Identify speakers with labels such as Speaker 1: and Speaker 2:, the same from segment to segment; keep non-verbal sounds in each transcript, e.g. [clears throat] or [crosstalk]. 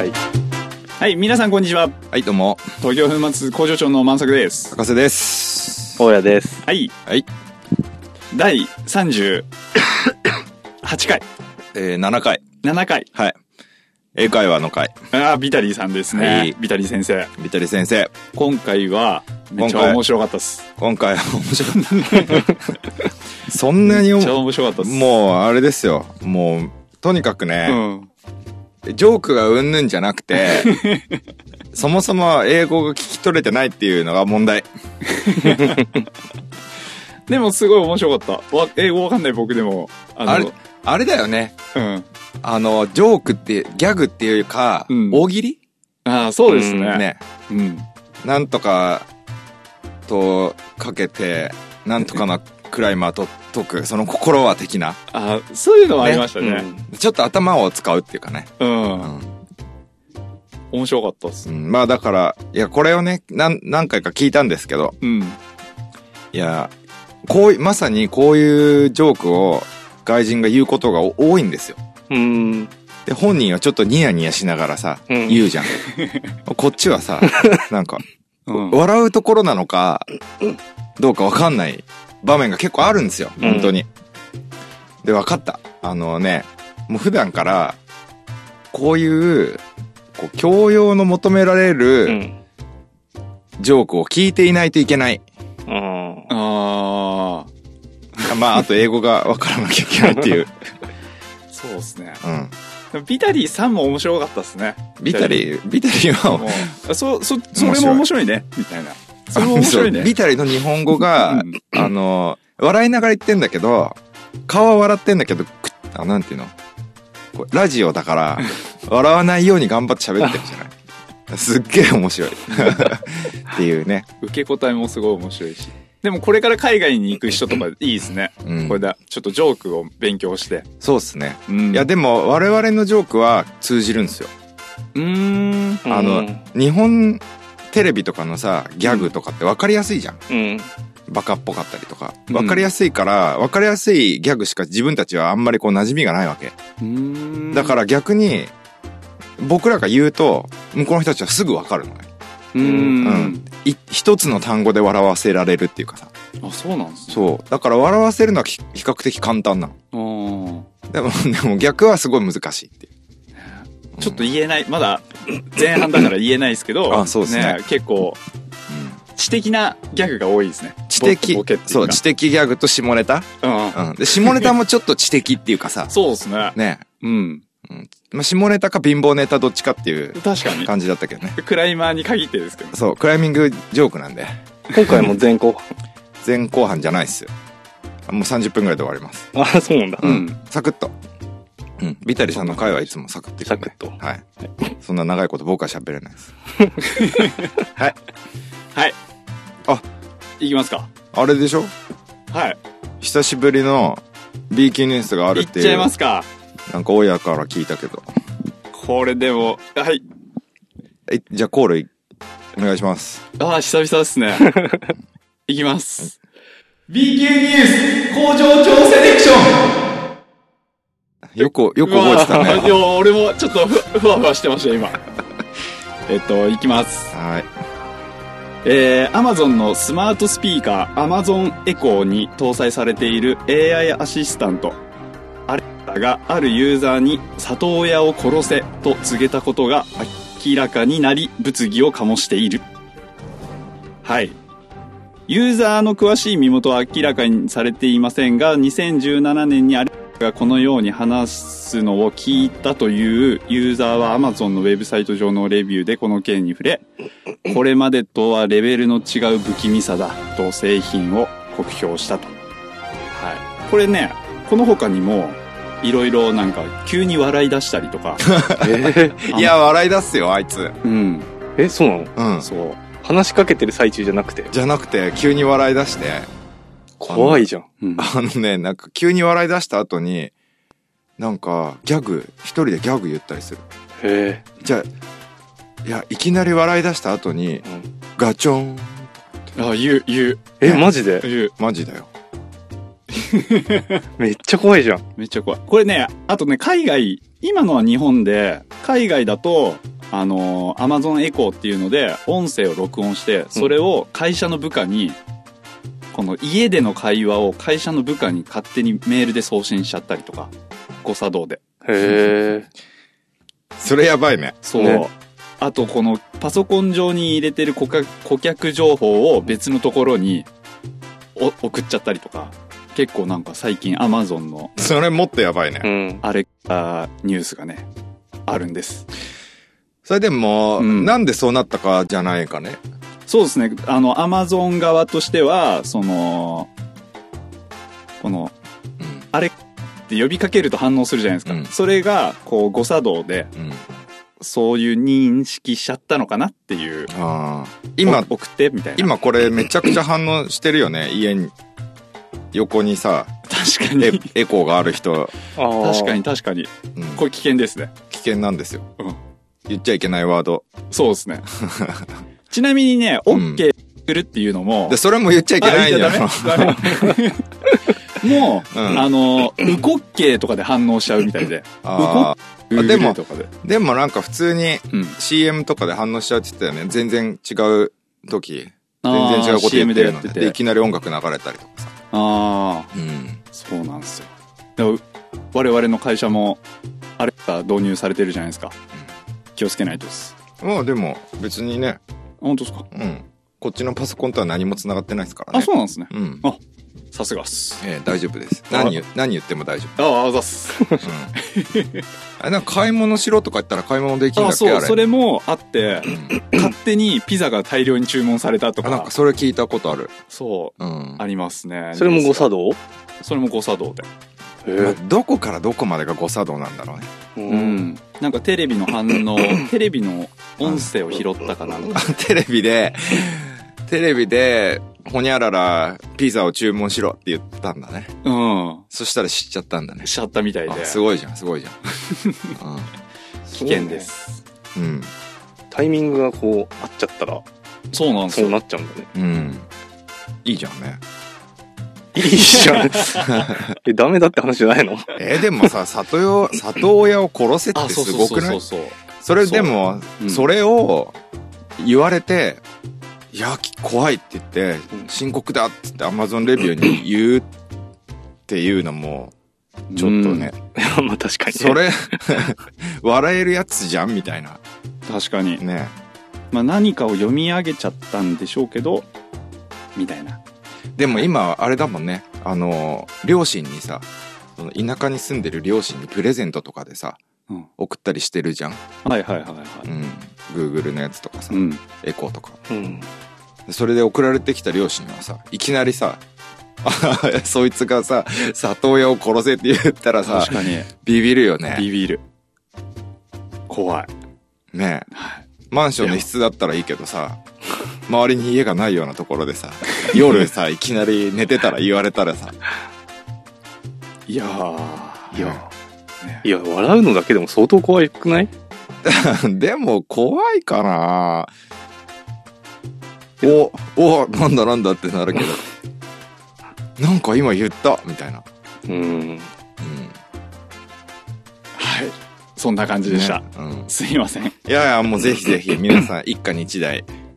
Speaker 1: はい、皆さんこんにちは。
Speaker 2: はい、どうも、
Speaker 1: 東京粉末工場長の満作です。
Speaker 2: 博士です。
Speaker 3: 大家です。
Speaker 1: はい、
Speaker 2: はい、
Speaker 1: 第38回、
Speaker 2: えー、7回。
Speaker 1: 7回。
Speaker 2: はい。英会話の回。
Speaker 1: あービタリーさんですね。
Speaker 2: はい
Speaker 1: ビタリー先生。
Speaker 2: ビタリ先生。
Speaker 1: 今回は、めっち
Speaker 2: 今
Speaker 1: ゃ
Speaker 2: 回
Speaker 1: 面白かったっす。
Speaker 2: 今回は面白かった。そんなに
Speaker 1: めっちゃ
Speaker 2: も、
Speaker 1: 面白かったっす。
Speaker 2: もう、あれですよ。もう、とにかく
Speaker 1: う
Speaker 2: ね、
Speaker 1: ん。
Speaker 2: ジョークがうんぬんじゃなく [laughs] て、そもそも英語が聞き取れてないっていうのが問題。
Speaker 1: でもすごい面白かった。わ英語わかんない僕でも、あの、
Speaker 2: あれ、あれだよね。
Speaker 1: うん。
Speaker 2: あの、ジョークって、ギャグっていうか、
Speaker 1: うん
Speaker 2: 大喜利
Speaker 1: ああ、そうです
Speaker 2: ね
Speaker 1: ね。うん。
Speaker 2: なんとかとかけて、なんとかなクライマーと解く、その心は的な。
Speaker 1: あーそういうのはありましたね。
Speaker 2: ちょっと頭を使うっていうかね。
Speaker 1: うん。
Speaker 2: うん
Speaker 1: 面白かったっす
Speaker 2: う。んまあだから、いや、これをね、何、何回か聞いたんですけど、
Speaker 1: うん。
Speaker 2: いや、こうい、まさにこういうジョークを外人が言うことが多いんですよ。
Speaker 3: うーん。
Speaker 2: で、本人はちょっとニヤニヤしながらさ、
Speaker 3: うん
Speaker 2: 言
Speaker 3: [laughs]
Speaker 2: うじゃん。こっちはさ、なんか、
Speaker 1: うん。
Speaker 2: 笑うところなのか、どうかわかんない場面が結構あるんですよ。
Speaker 3: うん
Speaker 2: 本当に。で、わかった。あのね、もう普段から、こういう、こう、教養の求められ
Speaker 3: う
Speaker 2: る
Speaker 3: ん。
Speaker 2: ジョークを聞いていないといけない。
Speaker 3: うん。
Speaker 1: ああ、
Speaker 2: まあ、あと英語がわからなきゃいけない
Speaker 3: [laughs]
Speaker 2: っていう。
Speaker 1: そうっすね。
Speaker 2: うん。
Speaker 1: ビタリーさんも面白かったですね。
Speaker 2: ビタリー、ビタリーは、
Speaker 1: もう、そ、そ、それも面白いね、みたいな。それも面白い
Speaker 2: そう
Speaker 1: ね
Speaker 2: ビ。タリーの日本語が、
Speaker 1: うん
Speaker 2: あの、笑いながら言ってんだけど、顔は笑ってんだけど、くあなんていうのこうラジオだから、
Speaker 1: [laughs]
Speaker 2: 笑わないように頑張って喋ってるじゃないすっげえ面白い。っていうね。
Speaker 1: 受け答えもすごい面白いし。でもこれから海外に行く人とかいいですね。
Speaker 2: うん
Speaker 1: これだ、ちょっとジョークを勉強して。
Speaker 2: そうっすね。
Speaker 1: うん
Speaker 2: いや、でも、我々のジョークは通じるんですよ。
Speaker 1: うーん。
Speaker 2: あの、日本テレビとかのさ、ギャグとかって分かりやすいじゃん。
Speaker 3: うん。
Speaker 2: バカっぽかったりとか。
Speaker 1: うん
Speaker 2: 分かりやすいから、分かりやすいギャグしか自分たちはあんまりこう馴染みがないわけ。
Speaker 1: うーん
Speaker 2: だから逆に、僕らが言うと、向こうの人たちはすぐわかるのね。
Speaker 1: うーん。
Speaker 2: い一つの単語で笑わせられるっていうかさ。
Speaker 1: あ、そうなんですね。
Speaker 2: そう。だから笑わせるのはき比較的簡単なの。
Speaker 1: うーん。
Speaker 2: でも、 [laughs] でも逆はすごい難しいっていう。
Speaker 1: ちょっと言えない、まだ前半だから言えないですけど、
Speaker 2: あそうっすね
Speaker 1: 結構、知的なギャグが多いですね。
Speaker 2: 知的
Speaker 1: ボケってい、
Speaker 2: そう、
Speaker 1: か
Speaker 2: 知的ギャグと下ネタ。
Speaker 1: うん。。
Speaker 2: うん。で、下ネタもちょっと知的っていうかさ [laughs]
Speaker 1: そうですね。
Speaker 2: ね。
Speaker 1: うん。
Speaker 2: まあ、下ネタか貧乏ネタどっちかっていう
Speaker 1: 確かに。
Speaker 2: 感じだったけどね。
Speaker 1: クライマーに限ってですけど。
Speaker 2: そう、クライミングジョークなんで、
Speaker 3: 今回も前後半。
Speaker 2: [laughs] 前後半じゃないっすよ。もう30分ぐらいで終わります。
Speaker 3: あ、そうなんだ。
Speaker 1: うん
Speaker 2: サクッと。うん。ビタリさんの回はいつもサクッといくんで
Speaker 3: サクッと
Speaker 2: はい。そんな長いこと僕は喋れないです。
Speaker 1: はい。
Speaker 2: あ、
Speaker 1: いきますか。
Speaker 2: あれでしょ
Speaker 1: はい。
Speaker 2: 久しぶりの B 級ニュースがある
Speaker 1: い
Speaker 2: っ
Speaker 1: って
Speaker 2: いう。
Speaker 1: ちゃいますか。
Speaker 2: なんか親から聞いたけど。
Speaker 1: これでも、はい。
Speaker 2: え、じゃあコールいお願いします。
Speaker 1: ああ、久々ですね。いきます。B 級ニュース工場長セレクション
Speaker 2: よく、よく覚えてた
Speaker 1: うわー
Speaker 2: ね。
Speaker 1: いや、俺もちょっとふふわふわしてました、今。えっと、いきます。
Speaker 2: はい。
Speaker 1: えー、Amazon のスマートスピーカー Amazon Echo に搭載されている AI アシスタントアレクサがあるユーザーに里親を殺せと告げたことが明らかになり物議を醸しているはいユーザーの詳しい身元は明らかにされていませんが2017年にアレクサがこのように話すのを聞いたというユーザーは Amazon のウェブサイト上のレビューでこの件に触れこれまでとはレベルの違う不気味さだと製品を酷評したと。はい。これね、この他にも、いろいろなんか急に笑い出したりとか。
Speaker 3: え
Speaker 1: あ
Speaker 2: いや、笑い出すよ、あいつ。
Speaker 1: うん。
Speaker 3: ー [laughs] え、そうなの
Speaker 2: うん。
Speaker 1: そう。
Speaker 3: 話しかけてる最中じゃなくて。
Speaker 2: じゃなくて、急に笑い出して、
Speaker 3: 怖いじゃん。
Speaker 1: うん、
Speaker 2: あのね、なんか急に笑い出した後に、なんか、ギャグ、一人でギャグ言ったりする。
Speaker 3: へ
Speaker 2: じゃあ、いや、いきなり笑い出した後
Speaker 3: う
Speaker 2: に、
Speaker 3: ん
Speaker 2: ガチョン。
Speaker 1: あ、言う、言う、
Speaker 3: え。え、マジで
Speaker 1: 言う。
Speaker 2: マジだよ。
Speaker 3: めっちゃ怖いじゃん。
Speaker 1: めっちゃ怖い。これね、あとね、海外、今のは日本で、海外だと、あのー、Amazon エコーっていうので、音声を録音して、それを会社の部下に、この家での会話を会社の部下に勝手にメールで送信しちゃったりとか、誤作動で。
Speaker 3: へえ。
Speaker 2: それやばいね。
Speaker 1: そう。
Speaker 3: ね
Speaker 1: あと、このパソコン上に入れてる顧客顧客情報を別のところにお送っちゃったりとか、結構なんか最近 Amazon の
Speaker 2: それもっとやばいね。
Speaker 3: うん。
Speaker 1: あれ、あーニュースがね、あるんです。
Speaker 2: それでも、
Speaker 1: うん
Speaker 2: なんでそうなったかじゃないかね。
Speaker 1: そうですね。あの、アマゾン側としては、その、この、
Speaker 2: う
Speaker 1: あれって呼びかけると反応するじゃないですか。
Speaker 2: うん
Speaker 1: それが、こう、誤作動で、
Speaker 2: ん。うん。
Speaker 1: そういう認識しちゃったのかなっていう。
Speaker 2: ああ。今、
Speaker 1: お送って、みたいな。、
Speaker 2: 今これめちゃくちゃ反応してるよね。家に、横にさ、
Speaker 1: 確か
Speaker 2: エ
Speaker 1: に。
Speaker 2: エコーがある人、
Speaker 3: ああ。
Speaker 1: [laughs] 確かに確かに。
Speaker 2: うん、
Speaker 1: これ危険ですね。
Speaker 2: 危険なんですよ
Speaker 1: うん。
Speaker 2: 言っちゃいけないワード。
Speaker 1: そうです
Speaker 2: [laughs]
Speaker 1: ね。ちなみにね、
Speaker 2: うん
Speaker 1: OK するっていうのも、
Speaker 2: で、それも言っちゃいけないんだ
Speaker 1: あ
Speaker 2: よ。
Speaker 1: いやダメダ
Speaker 2: [laughs]
Speaker 1: メもう、
Speaker 2: うん
Speaker 1: あの、ウコッケーとかで反応しちゃうみたいで。
Speaker 2: ああでも
Speaker 1: Google とかで。
Speaker 2: ーでもなんか普通に
Speaker 1: うん。
Speaker 2: CM とかで反応しちゃうって言ってたよね。全然違う時。全然違うこと言
Speaker 1: CM
Speaker 2: っ
Speaker 1: で
Speaker 2: て
Speaker 1: やっ
Speaker 2: るの
Speaker 1: て
Speaker 2: で
Speaker 1: て。
Speaker 2: でいきなり音楽流れたりとかさ。
Speaker 1: ああ、
Speaker 2: うん。
Speaker 1: そうなんですよ。でも我々の会社も、あれが導入されてるじゃないですか。気をつけないとです。
Speaker 2: まあでも、別にね、
Speaker 1: 本当ですか、
Speaker 2: うん。こっちのパソコンとは何も繋がってないですからね。
Speaker 1: あ、そうなんですね。
Speaker 2: ううん。
Speaker 1: さすがっす。
Speaker 2: ええ、大丈夫です。
Speaker 1: あ
Speaker 2: 何言、何言っても大丈
Speaker 1: あ [laughs] あ、あざっす。
Speaker 2: 夫。うん。あれなん [laughs] か買い物しろとか言ったら買い物できるん
Speaker 1: あ
Speaker 2: だっけ
Speaker 1: そ
Speaker 2: あ
Speaker 1: う、
Speaker 2: れ。
Speaker 1: それもあって
Speaker 2: う、ん
Speaker 1: 勝手にピザが大量に注文されたと
Speaker 2: あ、
Speaker 1: か、
Speaker 2: なんかそれ聞いたことある。
Speaker 1: そ
Speaker 2: う
Speaker 1: う、。
Speaker 2: ん
Speaker 1: ありますね。
Speaker 3: それも誤作動へ
Speaker 1: それも誤作動で。
Speaker 2: まあ
Speaker 3: え。
Speaker 2: どこからどこまでが誤作動なんだろうね。
Speaker 3: う
Speaker 1: う。ん。なんかテレビの反応、 [laughs] テレビの音声を拾ったかなとか。
Speaker 2: [laughs] テレビで、テレビで、ほにゃらら、ピザを注文しろって言ったんだね。
Speaker 1: う
Speaker 2: そしたら知っちゃったんだね
Speaker 1: ん。。しちゃったみたいで。
Speaker 2: あすごいじゃん、すごいじゃん。 [laughs]
Speaker 3: 危
Speaker 1: 危険で。す。
Speaker 2: うん。
Speaker 3: タイミングがこう、合っちゃったら、
Speaker 1: そうなんです
Speaker 3: そう
Speaker 1: よ。
Speaker 3: なっちゃうんだね。
Speaker 2: うん。うん。いいじゃんね。
Speaker 3: いいじ
Speaker 1: [laughs]
Speaker 3: ゃん。え、ダメだって話じゃないの [laughs]
Speaker 2: えーでもさ、里よ里親を殺せってすごくない
Speaker 1: そうそう。
Speaker 2: それでも、
Speaker 1: うん
Speaker 2: それを言われて、いや、き怖いって言って
Speaker 3: う、ん
Speaker 2: 深刻だって言って Amazon レビューに言うっていうのも、ちょっとね、
Speaker 3: まあ確かにね。
Speaker 2: [laughs] それ、笑えるやつじゃんみたいな。
Speaker 1: 確かに、
Speaker 2: ね。
Speaker 1: まあ、何かを読み上げちゃったんでしょうけどみたいな
Speaker 2: でも今、あれだもんね。あの、両親にさ、その田舎に住んでる両親にプレゼントとかでさ、
Speaker 1: うん
Speaker 2: 送ったりしてるじゃん。
Speaker 1: はいはいはいは
Speaker 2: うん。Google のやつとかさ、
Speaker 1: いうん
Speaker 2: エコーとか。
Speaker 3: うん。
Speaker 2: それで送られてきた両親はさ、いきなりさ、 [laughs] そいつがさ、里親を殺せって言ったらさ
Speaker 1: 確、かに
Speaker 2: ビビるよね。
Speaker 1: ビビる怖い
Speaker 2: ねえ
Speaker 1: はい
Speaker 2: マンションの一室だったらいいけどさ、周りに家がないようなところでさ、夜さ、いきなり寝てたら言われたらさ、 [laughs]
Speaker 1: いやー
Speaker 2: いや
Speaker 1: ね
Speaker 3: いや、笑うのだけでも相当怖くない
Speaker 2: でも怖いかなお、お、なんだなんだってなるけど。なんか今言ったみたいな。
Speaker 3: うん。 [laughs]
Speaker 2: うん。
Speaker 1: はいそんな感じでした、
Speaker 2: ねうん。
Speaker 1: すいません
Speaker 2: いやいや、もうぜひぜひ、皆さん、一家に一台。うん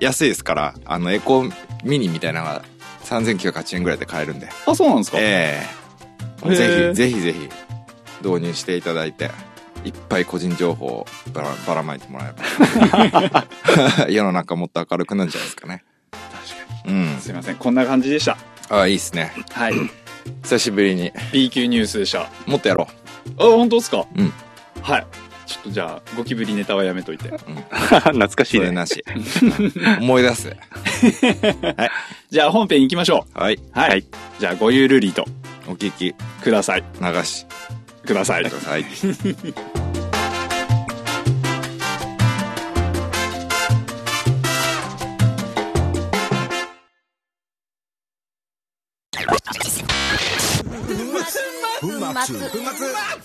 Speaker 2: 安いですから、あの、エコミニみたいなのが3980円ぐらいで買えるんで。
Speaker 1: あそうなんですか、
Speaker 2: ええ
Speaker 1: へえ
Speaker 2: ぜひ、ぜひぜひ、導入していただいて、いっぱい個人情報をばらばらまいてもらえば。 [laughs] 世の中もっと明るくなるんじゃないですかね。
Speaker 1: 確か
Speaker 2: うん
Speaker 1: に。すいませんこんな感じでした
Speaker 2: あいいっすね。
Speaker 1: はい
Speaker 2: 久しぶりに。
Speaker 1: B 級ニュースでしたあ
Speaker 2: もっとやろ
Speaker 1: 本当ですか
Speaker 2: うん
Speaker 1: はいちょっとじゃあゴキブリネタはやめといて
Speaker 3: 懐か
Speaker 2: う。
Speaker 3: しい
Speaker 2: それ
Speaker 3: ね。
Speaker 2: なし。思い出す。
Speaker 1: じゃあ本編行きましょ
Speaker 2: はい。
Speaker 1: うはい、
Speaker 3: はい
Speaker 1: じゃあごゆるりと
Speaker 2: お聞き、
Speaker 1: ください
Speaker 2: 流し
Speaker 1: ください
Speaker 2: てください。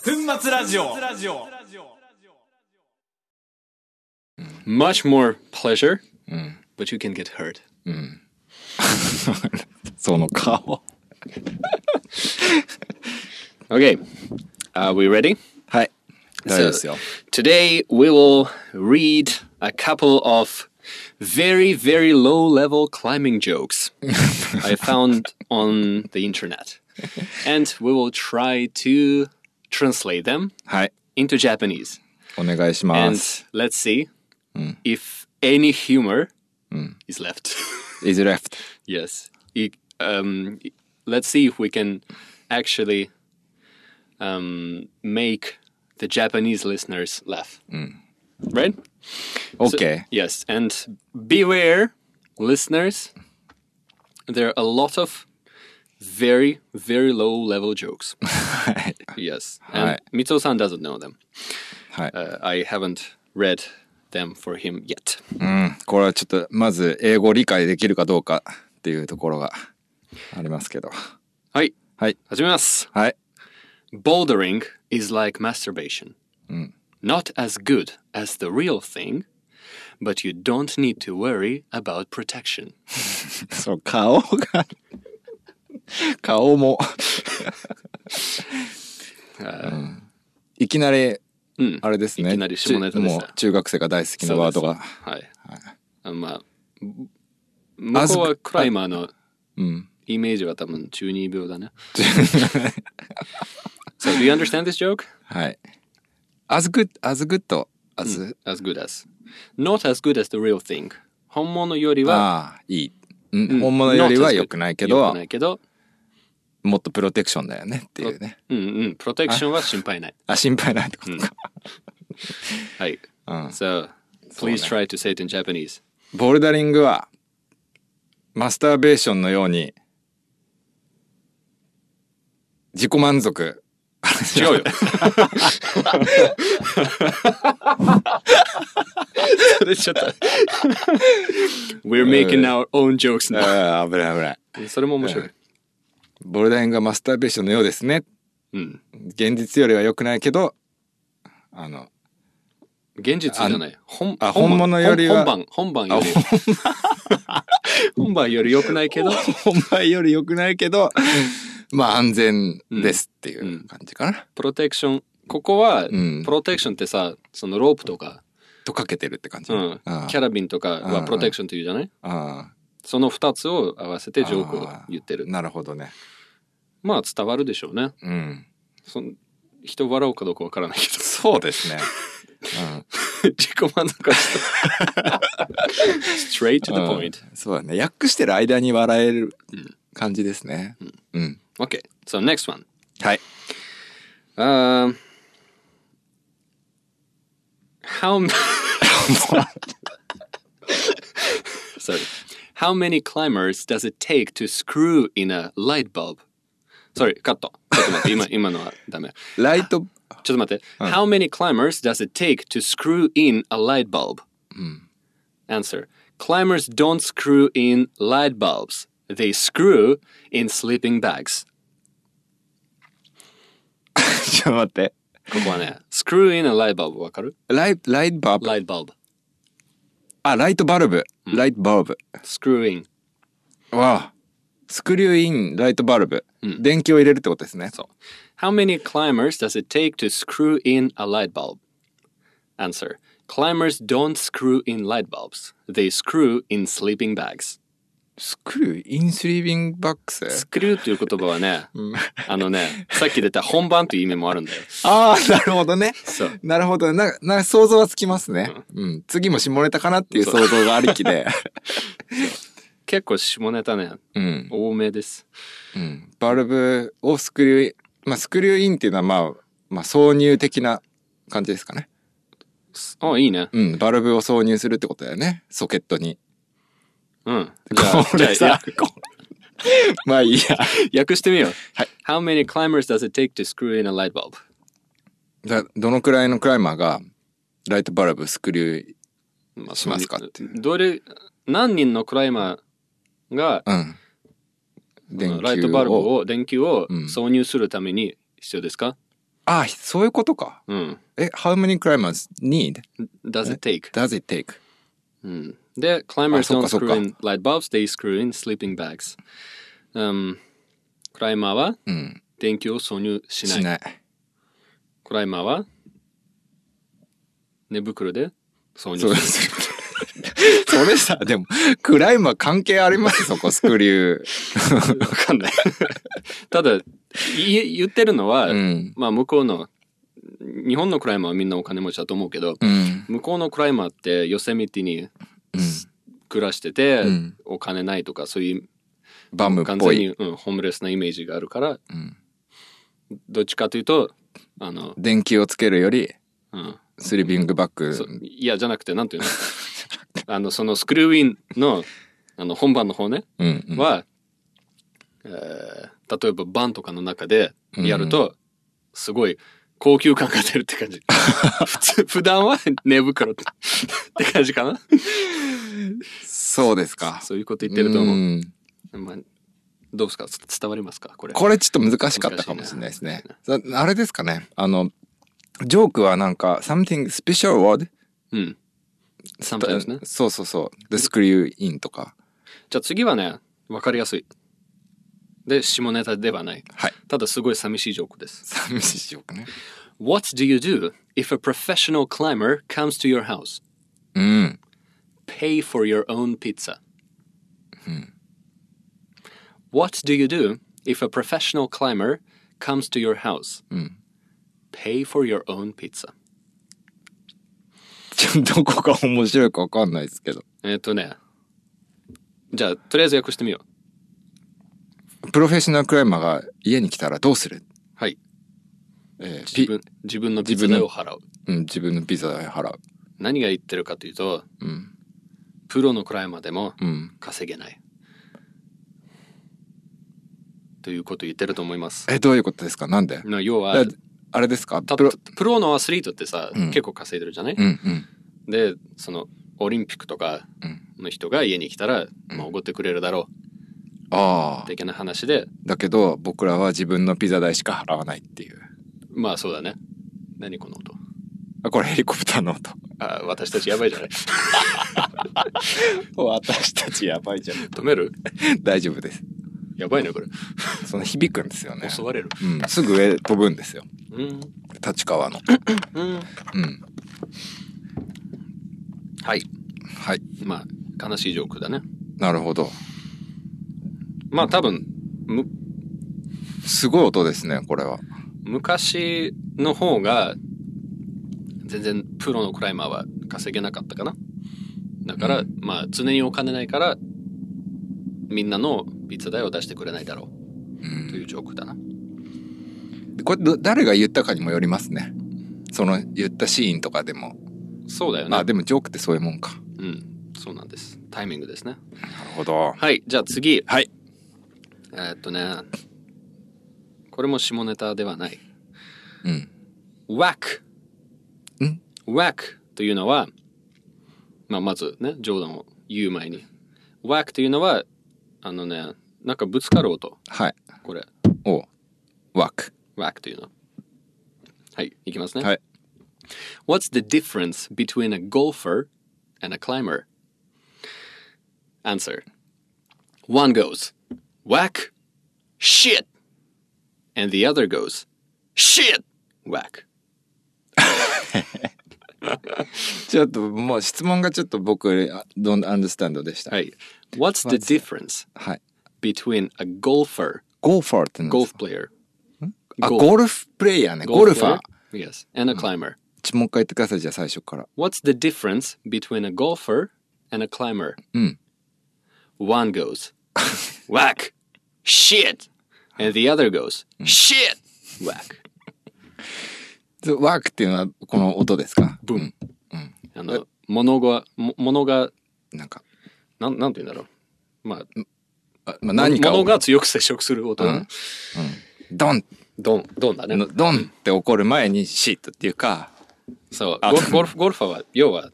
Speaker 1: 粉末ラジオ
Speaker 4: much more pleasure,
Speaker 2: うん。
Speaker 4: but you can get hurt.
Speaker 2: うん。 [laughs] その顔。
Speaker 4: Okay, are we ready?
Speaker 2: はい。大丈夫ですよ。
Speaker 4: Today we will read a couple of very, very low level climbing jokes I found on the internet. And we will try to translate them
Speaker 2: はい。
Speaker 4: into Japanese.
Speaker 2: お願いしま
Speaker 4: And
Speaker 2: す。
Speaker 4: let's see if any humor is left. [laughs]
Speaker 2: is left.
Speaker 4: yes. I- um, let's see if we can actually um, make the Japanese listeners laugh. Right? So-
Speaker 2: OK.
Speaker 4: yes, and beware, listeners. There are a lot of very, very low level jokes. yes, and
Speaker 2: Hi.
Speaker 4: Mitsuo-san doesn't know them.
Speaker 2: Hi.
Speaker 4: Uh, I haven't read them for him yet.
Speaker 2: うん。これはちょっと、まず英語を理解できるかどうかっていうところがありますけど。
Speaker 4: はい、
Speaker 2: はい。
Speaker 4: 始めます。
Speaker 2: はい。
Speaker 4: Bouldering is like masturbation. Not as good as the real thing, but you don't need to worry about protection. [laughs]
Speaker 2: そう、顔が。顔も。うんいきなり、
Speaker 4: うん
Speaker 2: あれですね。
Speaker 4: いきなり下ネタでした
Speaker 2: ちもう中学生が大好きなワードが。
Speaker 4: はい。あのまあ、む向こうはクライマーの
Speaker 2: うん。
Speaker 4: イメージは多分中二病だね。so, do you understand this joke?
Speaker 2: はい。as good, as good, as、
Speaker 4: As good as. Not as good as the real thing. 本物よりは、
Speaker 2: ああ、いい。うん、本物よりは良くないけ
Speaker 4: 良
Speaker 2: ど
Speaker 4: くな、いけど、
Speaker 2: もっとプロテクションだよねっていうね。
Speaker 4: うんうん、プロテクションは心配ない。
Speaker 2: あ、心配ないってことか。
Speaker 4: はい。
Speaker 2: うん。
Speaker 4: So, please try to say it
Speaker 2: [laughs]
Speaker 4: in Japanese.
Speaker 2: ボルダリングは、マスターベーションのように、自己満足。
Speaker 4: 違うよ。それちょっと。We're making our own jokes
Speaker 2: あ [laughs] [laughs]
Speaker 4: now.
Speaker 2: あ、危ない危ない。
Speaker 4: それも面白い。
Speaker 2: ボルダリングはマスターベーションのようですね。
Speaker 4: うん。
Speaker 2: 現実よりは良くないけど、あの、 [laughs]
Speaker 4: 現実じゃない。本
Speaker 2: あ本物よりは
Speaker 4: 本本番、本番より。本番より良くない
Speaker 2: [laughs]
Speaker 4: けど、
Speaker 2: 本番より良くないけど、まあ安全ですっていう感じかな。
Speaker 4: プロテクション。ここは、
Speaker 2: ん
Speaker 4: プロテクションってさ、そのロープとか、
Speaker 2: とかけてるって感じ。
Speaker 4: うん、キ
Speaker 2: ああ
Speaker 4: ャラビンとかはプロテクションって言うじゃない
Speaker 2: あ
Speaker 4: その二つを合わせてジョークを
Speaker 2: あ
Speaker 4: 言って
Speaker 2: あ、
Speaker 4: る。
Speaker 2: なるほどね。
Speaker 4: まあ伝わるでしょうね。
Speaker 2: うん。
Speaker 4: その人笑うかどうかわからないけど。
Speaker 2: そうです [laughs] ね。
Speaker 4: 自己満足はした Straight to the
Speaker 2: うん
Speaker 4: point.
Speaker 2: そうだね。訳してる間に笑える感じですね。うん。
Speaker 4: Okay, so next one.
Speaker 2: はい。
Speaker 4: Um, how m- [laughs] sorry. How many climbers does it take to screw in a light bulb? Sorry, カット。ちょっと待 [laughs] って、今今のはダメ。
Speaker 2: [laughs] ライト、 [laughs]
Speaker 4: ちょっと待って。How many climbers does it take to screw in a light bulb? Hmm. Answer. Climbers don't screw in light bulbs. They screw in sleeping bags.
Speaker 2: ちょっと待って。
Speaker 4: ここはね、screw in a light bulb わかる
Speaker 2: ライ、ライトバルブ。
Speaker 4: ?light bulb.
Speaker 2: あ、ライトバルブ。ライトバルブ。
Speaker 4: screw in.
Speaker 2: わあ。スクリューイン、ライトバルブ。電気を入れるってことですね。
Speaker 4: So, how many climbers does it take to screw in a light bulb? Answer. Climbers don't screw in light bulbs. They screw in sleeping bags.
Speaker 2: スクリューインスリービングバックス。
Speaker 4: スクリューっていう言葉は [laughs] ね、あのね、さっき出た本番という意味もあるんだよ。
Speaker 2: ああ、なるほどね。
Speaker 4: そう
Speaker 2: なるほど。な、な、想像はつきますね。うん。次も下ネタかなっていう想像がありきで。
Speaker 4: 結構下ネタね、
Speaker 2: [laughs] うん。
Speaker 4: 多めです。
Speaker 2: うんバルブをスクリューイン、まあ、スクリューインっていうのは、まあ、まあ、挿入的な感じですかね。
Speaker 4: あ、いいね。
Speaker 2: うん、バルブを挿入するってことだよね。ソケットに。
Speaker 4: うん。じゃあ、
Speaker 2: これ
Speaker 4: じゃあ
Speaker 2: さ、こ [laughs] まあいいや。
Speaker 4: や訳してみよう。
Speaker 2: はい
Speaker 4: How many climbers does it take to screw in a light bulb?
Speaker 2: じゃあどのくらいのクライマーが、ライトバルブスクリュ
Speaker 4: まあ
Speaker 2: しますかって
Speaker 4: どれ、何人のクライマーが、
Speaker 2: ー、うん。電球を。
Speaker 4: ライトバルブを、電球を
Speaker 2: うん
Speaker 4: 挿入するために必要ですか
Speaker 2: あ、そういうことか。
Speaker 4: うん。
Speaker 2: え、how many climbers need
Speaker 4: Does it take?
Speaker 2: does it take?
Speaker 4: うん、で、climbers
Speaker 2: あそっ
Speaker 4: don't
Speaker 2: かそっか
Speaker 4: screw in light bulbs, they screw in sleeping bags. うん。クライマーは
Speaker 2: うん。
Speaker 4: 電球を挿入しない。
Speaker 2: しない。
Speaker 4: クライマーは寝袋で挿入
Speaker 2: そう
Speaker 4: する。
Speaker 2: それさ、でも、クライマー関係ありますそこ、スクリュー。
Speaker 4: わかんない。 [laughs] ただ、い言ってるのは、
Speaker 2: うん。
Speaker 4: まあ向こうの、日本のクライマーはみんなお金持ちだと思うけど、
Speaker 2: うん。
Speaker 4: 向こうのクライマーってヨセミティに暮らしてて、
Speaker 2: うん
Speaker 4: お金ないとかそういう
Speaker 2: バムっ
Speaker 4: 完
Speaker 2: ぽ
Speaker 4: 全
Speaker 2: い。
Speaker 4: に、うん、ホームレスなイメージがあるから
Speaker 2: うん
Speaker 4: どっちかというとあの、
Speaker 2: 電球をつけるより、
Speaker 4: うん、
Speaker 2: スリービングバッグ。
Speaker 4: そいやじゃなくてなんていうの [laughs] あのそのスクリューインのあの本番の方ね
Speaker 2: うんうん。
Speaker 4: は、えー例えばバンとかの中でやると、すごい高級感が出るって
Speaker 2: [laughs]
Speaker 4: 感じ普通普段は寝袋ってって感じかな
Speaker 2: そうですか。
Speaker 4: そういうこと言ってると思う、
Speaker 2: ん
Speaker 4: まあ、どうですかつ伝わりますかこれ
Speaker 2: これちょっと難しかったかもしれないですね。さあれですかね。あの、ジョークはなんか、something special word?
Speaker 4: うん。sometimes ね。
Speaker 2: そうそうそう。the screw in とか。
Speaker 4: じゃあ次はね、わかりやすい。で、下ネタではない。
Speaker 2: はい。
Speaker 4: ただすごい寂しいジョークです。
Speaker 2: 寂しいジョークね。
Speaker 4: What do you do if a professional climber comes to your house?
Speaker 2: うん。
Speaker 4: Pay for your own pizza. Hmm. What do you do if a professional climber comes to your house? Pay for your own pizza.
Speaker 2: ちょどこが面白いかわかんないですけど。
Speaker 4: えっとね。じゃあ、とりあえず訳してみよう。
Speaker 2: プロフェッショナルクライマーが家に来たらどうする
Speaker 4: はい。
Speaker 2: えー
Speaker 4: 自分自分のピザ代を払う。
Speaker 2: ピうん、自分のピザ代払う。
Speaker 4: 何が言ってるかというと、
Speaker 2: うん。
Speaker 4: プロのクライマーでも
Speaker 2: うん。
Speaker 4: 稼げない。ということを言ってると思います。
Speaker 2: え、どういうことですかなんで
Speaker 4: まあ要は
Speaker 2: え、あれですか
Speaker 4: た
Speaker 2: プロ、
Speaker 4: プロのアスリートってさ、
Speaker 2: うん
Speaker 4: 結構稼いでるじゃない、
Speaker 2: うんうん。
Speaker 4: で、その、オリンピックとか
Speaker 2: うん
Speaker 4: の人が家に来たら、まあ、おごってくれるだろ
Speaker 2: ああ。
Speaker 4: う、的な話で、
Speaker 2: だけど、僕らは自分のピザ代しか払わないっていう。
Speaker 4: まあそうだね。何この音。
Speaker 2: あ、これヘリコプターの音。 [laughs]
Speaker 4: あ、私たちやばいじゃない。
Speaker 2: 私たちやばいじゃん。
Speaker 4: 止める
Speaker 2: 大丈夫です。
Speaker 4: やばいね、これ。
Speaker 2: その響くんですよね。
Speaker 4: 襲われる。
Speaker 2: うん。すぐ上飛ぶんですよ。
Speaker 4: うん。
Speaker 2: 立川
Speaker 4: [laughs]
Speaker 2: の。
Speaker 4: うん。
Speaker 2: うん。
Speaker 4: はい。
Speaker 2: はい。
Speaker 4: まあ、悲しいジョークだね。
Speaker 2: なるほど。
Speaker 4: まあ多分、む
Speaker 2: すごい音ですね、これは。
Speaker 4: 昔の方が全然プロのクライマーは稼げなかったかなだから、まあ常にお金ないからみんなのピッツァ代を出してくれないだろ
Speaker 2: う
Speaker 4: うと
Speaker 2: ん。
Speaker 4: いうジョークだな
Speaker 2: これど、誰が言ったかにもよりますね。その言ったシーンとかでも。
Speaker 4: そうだよね
Speaker 2: あ、でもジョークってそういうもんか。
Speaker 4: うんそうなんですタイミングですね
Speaker 2: なるほど。
Speaker 4: はいじゃあ次
Speaker 2: はい
Speaker 4: えーっとねこれも下ネタではない
Speaker 2: うん。
Speaker 4: WAC
Speaker 2: ん
Speaker 4: WAC というのは、まあ、まずね冗談を言う前に WAC というのはあのねなんかぶつかる音
Speaker 2: はい。
Speaker 4: これ
Speaker 2: おうワーク。
Speaker 4: WAC というのはいいきますね、
Speaker 2: はい
Speaker 4: What's the difference between a golfer and a climber? Answer One goes whack shit and the other goes shit whack
Speaker 2: ちょっともう質問がちょっと僕、don't understand でした。
Speaker 4: はい。What's the difference
Speaker 2: はい。
Speaker 4: between a golfer,
Speaker 2: ゴーファーって何です
Speaker 4: golf
Speaker 2: か
Speaker 4: player,
Speaker 2: あ、
Speaker 4: ゴー
Speaker 2: ゴルフプレイヤーね。ゴルファー
Speaker 4: player,。yes, and a climber?
Speaker 2: ちょもう一回言ってください、じゃあ最初から。
Speaker 4: What's the difference between a golfer and a climber?
Speaker 2: うん。
Speaker 4: One goes whack, shit, and the other goes shit, whack.
Speaker 2: でワークっていうのはこの音ですかブン。
Speaker 4: あの物がも物が
Speaker 2: なんか、
Speaker 4: なんなんて言うんだろう。まあ
Speaker 2: あまあ、何か
Speaker 4: 物
Speaker 2: を
Speaker 4: が強く接触する音だね。
Speaker 2: ドン
Speaker 4: ドンドンだね。
Speaker 2: のドンって起こる前にシートっていうか、
Speaker 4: そう
Speaker 2: あ
Speaker 4: ゴルゴルフゴルファーは要は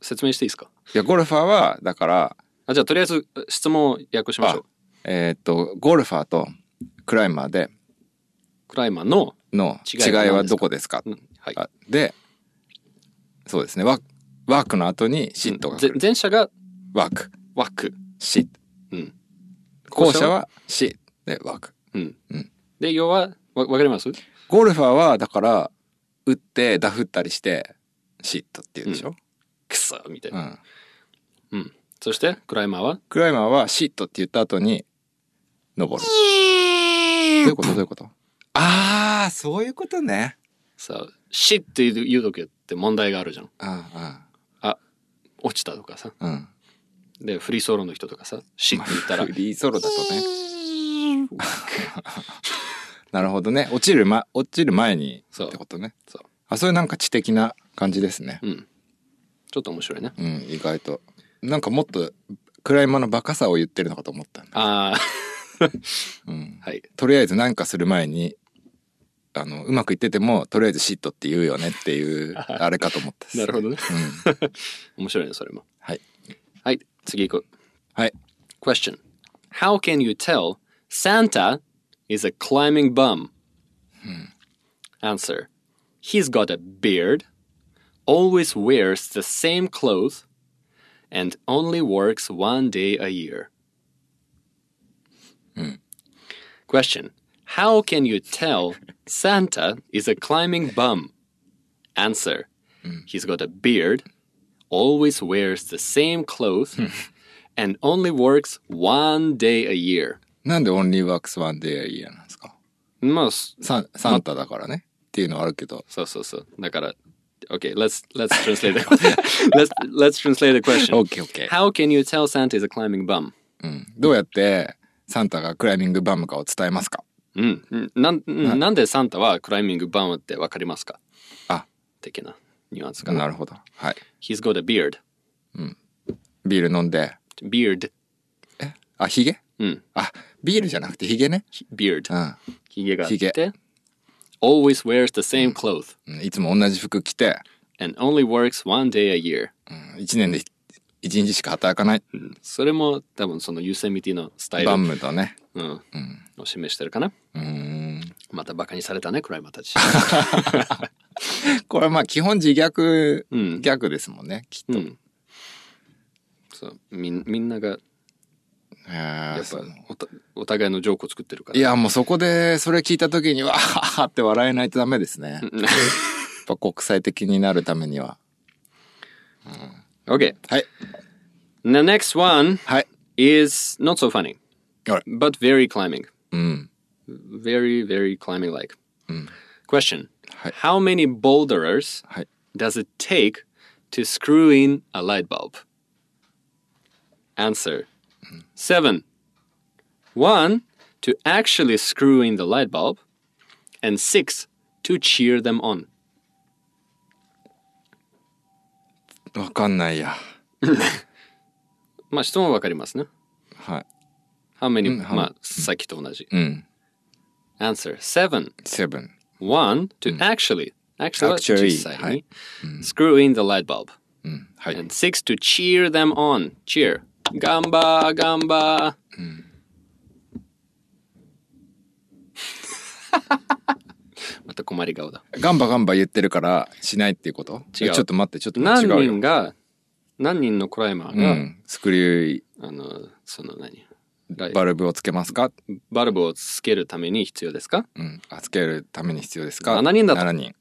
Speaker 4: 説明していいですか？
Speaker 2: いや、ゴルファーは、だから、
Speaker 4: あじゃあとりあえず質問を訳しましょう。
Speaker 2: えーっと、ゴルファーとクライマーで
Speaker 4: クライマーの、
Speaker 2: の
Speaker 4: 違い
Speaker 2: 違いはどこですか
Speaker 4: うんはい、
Speaker 2: あで、そうですね、ワーク、ワークの後にシートが来
Speaker 4: ぜ
Speaker 2: る。
Speaker 4: 前者が
Speaker 2: ワーク、
Speaker 4: ワック、
Speaker 2: シート。
Speaker 4: うん
Speaker 2: 後者はシートでワーク。
Speaker 4: うんで要はわわかります
Speaker 2: ゴルファーは、だから、打ってダフったりしてシットって言うでしょ、
Speaker 4: くそみたいうな。
Speaker 2: ん、
Speaker 4: うん。そして、クライマーは
Speaker 2: クライマーはシットって言った後に登るどういうことどういうことああそういうことね
Speaker 4: さ、死って言うときって問題があるじゃん。
Speaker 2: あ
Speaker 4: 落ちたとかさ。
Speaker 2: あうん
Speaker 4: で、フリーソロの人とかさ、死って言ったら
Speaker 2: フ、リーソロだとね [laughs] なるほどね落ちる、ま、落ちる前に
Speaker 4: そう
Speaker 2: ってことね
Speaker 4: そう
Speaker 2: あそういうなんか知的な感じですね
Speaker 4: うん。ちょっと面白いね。
Speaker 2: うん意外となんかもっとクライマーのバカさを言ってるのかと思ったんだ、
Speaker 4: あ
Speaker 2: うん
Speaker 4: あ、、はい。
Speaker 2: とりあえずなんかする前にあのうまくいっててもとりあえずシットって言うよねって
Speaker 4: [laughs]
Speaker 2: いうあれかと思ったです
Speaker 4: なるほどね。
Speaker 2: うん、
Speaker 4: 面白いね、それも。
Speaker 2: はい。
Speaker 4: はい、次行く。
Speaker 2: はい。
Speaker 4: Question. How can you tell Santa is a climbing bum? Answer. He's got a beard, always wears the same clothes, and only works one day a year. Question. How can you tell Santa is a climbing bum? Answer. He's got a beard, always wears the same clothes, [laughs] and only works one day a year.
Speaker 2: なんでオンリーワークスワンデーイヤーなんですか
Speaker 4: まあ、そ
Speaker 2: サンサンタだからねっていうのはあるけど
Speaker 4: そうそうそう。だから、okay, let's, let's translate the [laughs] let's, let's translate the question.
Speaker 2: OKOK、
Speaker 4: How can you tell Santa is a climbing bum?
Speaker 2: うん、どうやってサンタがクライミングバムかを伝えますか
Speaker 4: うん。なんなんでサンタはクライミングバウンってわかりますか
Speaker 2: あ
Speaker 4: 的なニュアンスかな。
Speaker 2: なるほどはい
Speaker 4: He's got a beard.
Speaker 2: ビール飲んで
Speaker 4: Beard.
Speaker 2: あヒゲ
Speaker 4: うん。
Speaker 2: あビールじゃなくてヒゲね
Speaker 4: Beard.
Speaker 2: うん
Speaker 4: ひげがあっ
Speaker 2: ひ
Speaker 4: て。Always wears the same clothes
Speaker 2: うんいつも同じ服着て
Speaker 4: and only works one day a year.
Speaker 2: 1年で1日しか働かない
Speaker 4: それも多分そのユーセミティのスタイル
Speaker 2: バ、ムだね
Speaker 4: うんを示してるかな。
Speaker 2: うーん
Speaker 4: またバカにされたね、クライマー
Speaker 2: [laughs]
Speaker 4: たち。
Speaker 2: これはまあ基本自虐
Speaker 4: うん
Speaker 2: ギャグですもんねきっと、
Speaker 4: うん。そう、みんみんなが
Speaker 2: へー
Speaker 4: やっ
Speaker 2: そ
Speaker 4: ぱ
Speaker 2: う
Speaker 4: おたお互いのジョークを作ってるから。
Speaker 2: いやもうそこでそれ聞いた時にわーって笑えないとダメですねやっぱ国際的になるためには
Speaker 4: Okay.
Speaker 2: はい
Speaker 4: The next one
Speaker 2: はい
Speaker 4: is not so funny,
Speaker 2: あれ
Speaker 4: but very climbing.
Speaker 2: うん。
Speaker 4: Very, very climbing like. Question
Speaker 2: はい。
Speaker 4: How many boulderers
Speaker 2: はい。
Speaker 4: does it take to screw in a light bulb? Answer Seven. One, to actually screw in the light bulb, and six, to cheer them on.
Speaker 2: わかんないや。
Speaker 4: まあ、質問わかりますね。
Speaker 2: はい。
Speaker 4: How many?
Speaker 2: うんはい
Speaker 4: まあ、さっきと同じ。
Speaker 2: うん。
Speaker 4: Answer seven.
Speaker 2: セブン。
Speaker 4: One to actually,
Speaker 2: Actually,
Speaker 4: actually, 実際に
Speaker 2: はい
Speaker 4: screw in the light bulb.
Speaker 2: うん。はい。
Speaker 4: And six to cheer them on. Cheer. 頑張ー、頑張ー。
Speaker 2: [laughs]
Speaker 4: また困り顔だ。
Speaker 2: ガンバガンバ言ってるからしないっていうこと
Speaker 4: 違う
Speaker 2: ちょっと待って、ちょっと
Speaker 4: 何
Speaker 2: 違うよ。
Speaker 4: 人が、何人のクライマー
Speaker 2: う
Speaker 4: が、
Speaker 2: ん。スクリュ
Speaker 4: あの、その何
Speaker 2: ー、バルブをつけますか
Speaker 4: バルブをつけるために必要ですか
Speaker 2: うん。あつけるために必要ですか
Speaker 4: 七人だと
Speaker 2: ?7 人。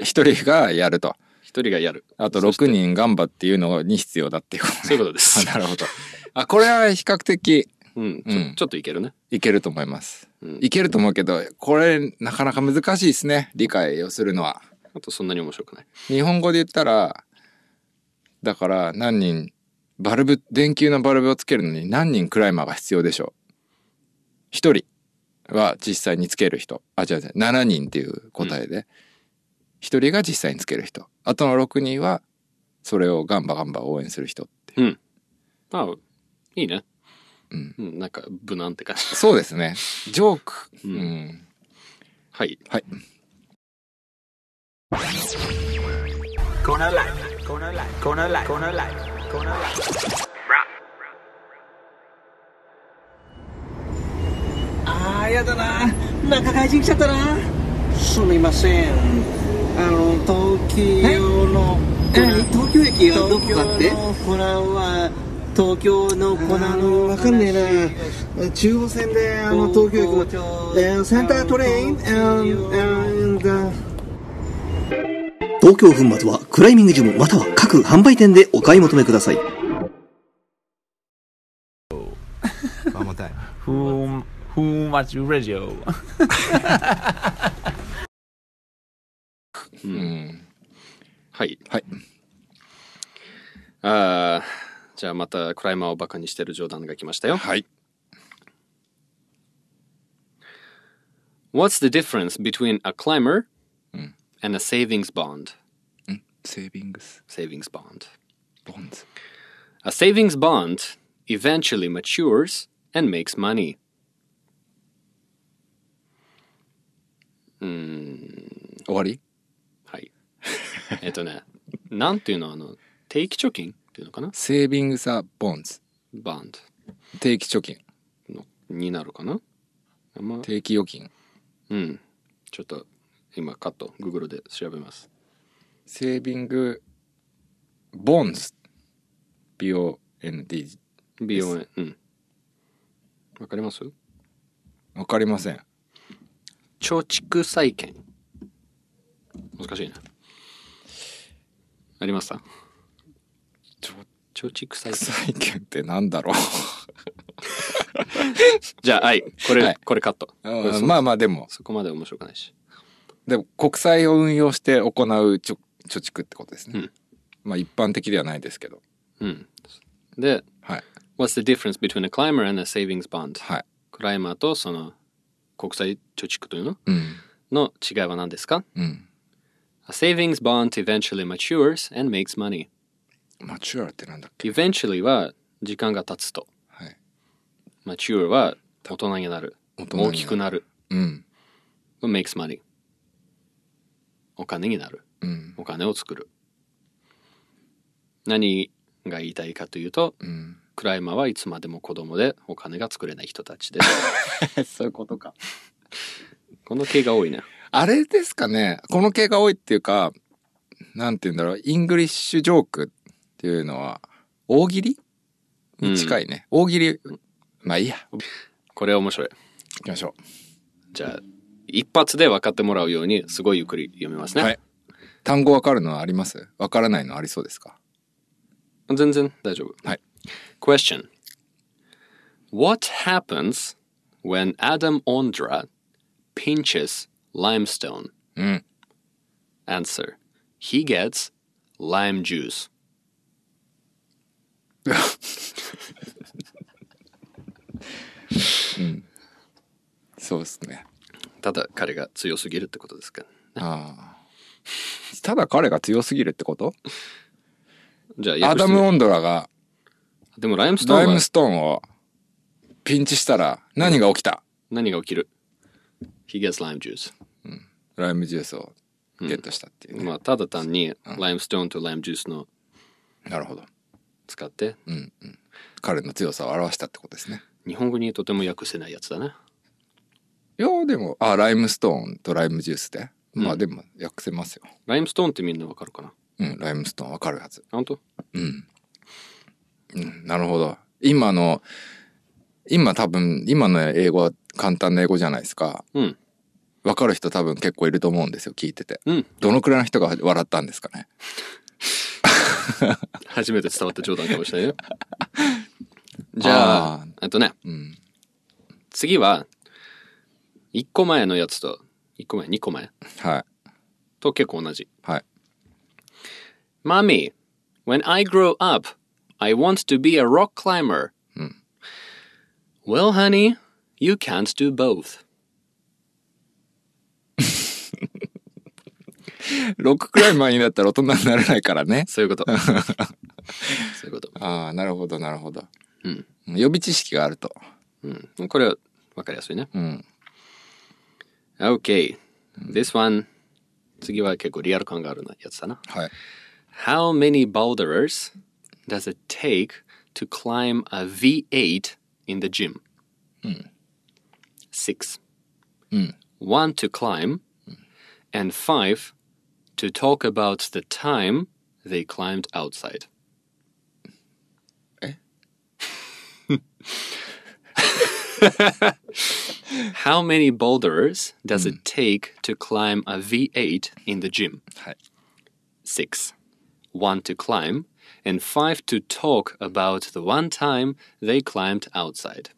Speaker 2: 1人がやると。
Speaker 4: 一人がやる。
Speaker 2: あと6人ガンバっていうのに必要だっていうことね。
Speaker 4: そういうことで
Speaker 2: [laughs]
Speaker 4: す
Speaker 2: あなるほど。あ、これは比較的
Speaker 4: うん。ち
Speaker 2: うん
Speaker 4: ょちょっといけるね。
Speaker 2: いけると思います。
Speaker 4: うん
Speaker 2: いけると思うけど、これなかなか難しいですね。理解をするのは。
Speaker 4: あとそんなに面白くない。
Speaker 2: 日本語で言ったらだから何人バルブ電球のバルブをつけるのに何人クライマーが必要でしょう一人は実際につける人あ違う違う7人っていう答えで一、人が実際につける人あとの6人はそれをガンバガンバ応援する人っていう
Speaker 4: まあ、いいね。
Speaker 2: うん
Speaker 4: うん。なんか、無難って感じ。
Speaker 2: そうですねジョーク、
Speaker 4: うん
Speaker 2: うん
Speaker 4: はい。
Speaker 2: はい
Speaker 5: Corner Life, Corner Life, Corner Life, Corner Life, Corner Life. あーやだな中外人来ちゃったな
Speaker 6: すみませんあの東京の
Speaker 5: え何東京駅はどこかって
Speaker 6: 東京のコナンは東京のコナンの
Speaker 5: わかんねえな中央線であの東京行くの、えーセンタートレイン and, and, uh,
Speaker 7: 公共粉末はクライミングジムまたは各販売店でお買い求めください。
Speaker 2: 重たい
Speaker 8: Who, who much radio?
Speaker 2: うん
Speaker 4: はい。
Speaker 2: はい。
Speaker 4: ああ、じゃあまたクライマーをバカにしてる冗談が来ましたよ。
Speaker 2: はい
Speaker 4: What's the difference between a climber
Speaker 2: うん
Speaker 4: and a savings bond?
Speaker 2: セービングス
Speaker 4: Savings bond.
Speaker 2: ボンズ
Speaker 4: A savings bond eventually matures and makes money.
Speaker 2: 終わり
Speaker 4: Hmm,
Speaker 2: [laughs]
Speaker 4: はい。えっとね、なんていうのあの、定期貯金っていうのかな
Speaker 2: セービングスはボンズ
Speaker 4: バン
Speaker 2: 定期貯金
Speaker 4: ドのになるかなあんま
Speaker 2: 定期預金
Speaker 4: うん。ちょっと、今カット、Google で調べます。
Speaker 2: セービングボンズ BOND
Speaker 4: BON、うん。わかります
Speaker 2: わかりません
Speaker 4: 貯蓄債券。難しいな。ありました貯蓄債券。
Speaker 2: 債券ってなんだろ
Speaker 4: じゃあ、はい。これ、
Speaker 2: はい
Speaker 4: これカット。
Speaker 2: う
Speaker 4: これ
Speaker 2: う
Speaker 4: そ
Speaker 2: んまあまあでも
Speaker 4: そこまで面白くないし。
Speaker 2: でも国債を運用して行う貯貯蓄ってことですね、
Speaker 4: うん
Speaker 2: まあ一般的ではないですけど
Speaker 4: うん。で、
Speaker 2: はい
Speaker 4: What's the difference between a climber and a savings bond?
Speaker 2: はい
Speaker 4: クライマーとその国際貯蓄というの
Speaker 2: うん
Speaker 4: の違いは何ですか
Speaker 2: うん。
Speaker 4: A savings bond eventually matures and makes money.
Speaker 2: マチュアルってなんだっけ
Speaker 4: Eventually は時間が経つと。
Speaker 2: はい。
Speaker 4: mature は大人になる。
Speaker 2: 大人になる
Speaker 4: 大きくなる。
Speaker 2: うん。
Speaker 4: makes money. お金になる。
Speaker 2: うん。
Speaker 4: お金を作る。何が言いたいかというと、
Speaker 2: うん。
Speaker 4: クライマーはいつまでも子供でお金が作れない人たちで
Speaker 2: [laughs]
Speaker 4: す。
Speaker 2: そういうことか。
Speaker 4: この系が多いね。
Speaker 2: あれですかね。この系が多いっていうか、なんて言うんだろう。イングリッシュジョークっていうのは、大喜利に近いね。大喜利。まあいいや。行
Speaker 4: これは面白い。
Speaker 2: きましょ
Speaker 4: じゃあ、一発で分かってもらうように、すごいゆっくり読みます
Speaker 2: う。
Speaker 4: ね。
Speaker 2: はい。単語わかるのはありますわからないのありそうですか
Speaker 4: 全然大丈夫。
Speaker 2: はい。
Speaker 4: Question. What happens when Adam Ondra pinches limestone?
Speaker 2: うん。
Speaker 4: Answer. He gets lime juice.
Speaker 2: そうですね。
Speaker 4: ただ彼が強すぎるってことですか。
Speaker 2: ああ。ただ彼が強すぎるってこと
Speaker 4: じゃあ、
Speaker 2: ア
Speaker 4: 訳し
Speaker 2: ダ
Speaker 4: て
Speaker 2: ム・
Speaker 4: み
Speaker 2: オンドラが
Speaker 4: でもライムスト
Speaker 2: ライ
Speaker 4: ーンは
Speaker 2: ムストーンをピンチしたら何が起きた、
Speaker 4: 何が起きる ?He gets lime juice.
Speaker 2: ライムジュースをゲットしたっていうね、
Speaker 4: まあ、ただ単にライムストーンとライムジュースの
Speaker 2: なるほど
Speaker 4: 使って、
Speaker 2: 彼の強さを表したってことですね
Speaker 4: 日本語にとても訳せないやつだね。
Speaker 2: いやでもあライムストーンとライムジュースでまあでも訳せますよ
Speaker 4: ライムストーンってみんなわかるかな
Speaker 2: うんライムストーンわかるはず
Speaker 4: 本当
Speaker 2: なるほど今の今多分今の英語は簡単な英語じゃないですか
Speaker 4: うん。
Speaker 2: わかる人多分結構いると思うんですよ聞いてて、
Speaker 4: うん
Speaker 2: どのくらいの人が笑ったんですかね
Speaker 4: 初めて伝わった冗談かもし
Speaker 2: [laughs]
Speaker 4: れないよ。じゃ
Speaker 2: あ
Speaker 4: あ、えっとね、
Speaker 2: ん
Speaker 4: 次は、1個前のやつと、1個前、2個前
Speaker 2: はい
Speaker 4: と結構同じ。
Speaker 2: はい
Speaker 4: Mommy, when I grow up, I want to be a rock climber. Well, honey, you can't do both.
Speaker 2: ロッククライマーになったら大人になれないからね [laughs]
Speaker 4: そういうこと。そういうこと。
Speaker 2: ああ、なるほど、なるほど。
Speaker 4: うん。
Speaker 2: 予備知識があると。
Speaker 4: うん。これは分かりやすいね。
Speaker 2: うん。
Speaker 4: Okay. This one. 次は結構リアル感があるやつだな。
Speaker 2: はい。
Speaker 4: How many boulders does it take to climb a V8 in the gym? Six. One to climb, and five to talk about the time they climbed outside.
Speaker 2: え？
Speaker 4: [laughs] How many boulders does it take to climb a V8 in the gym?
Speaker 2: はい。
Speaker 4: six. One to climb, and five to talk about the one time they climbed outside.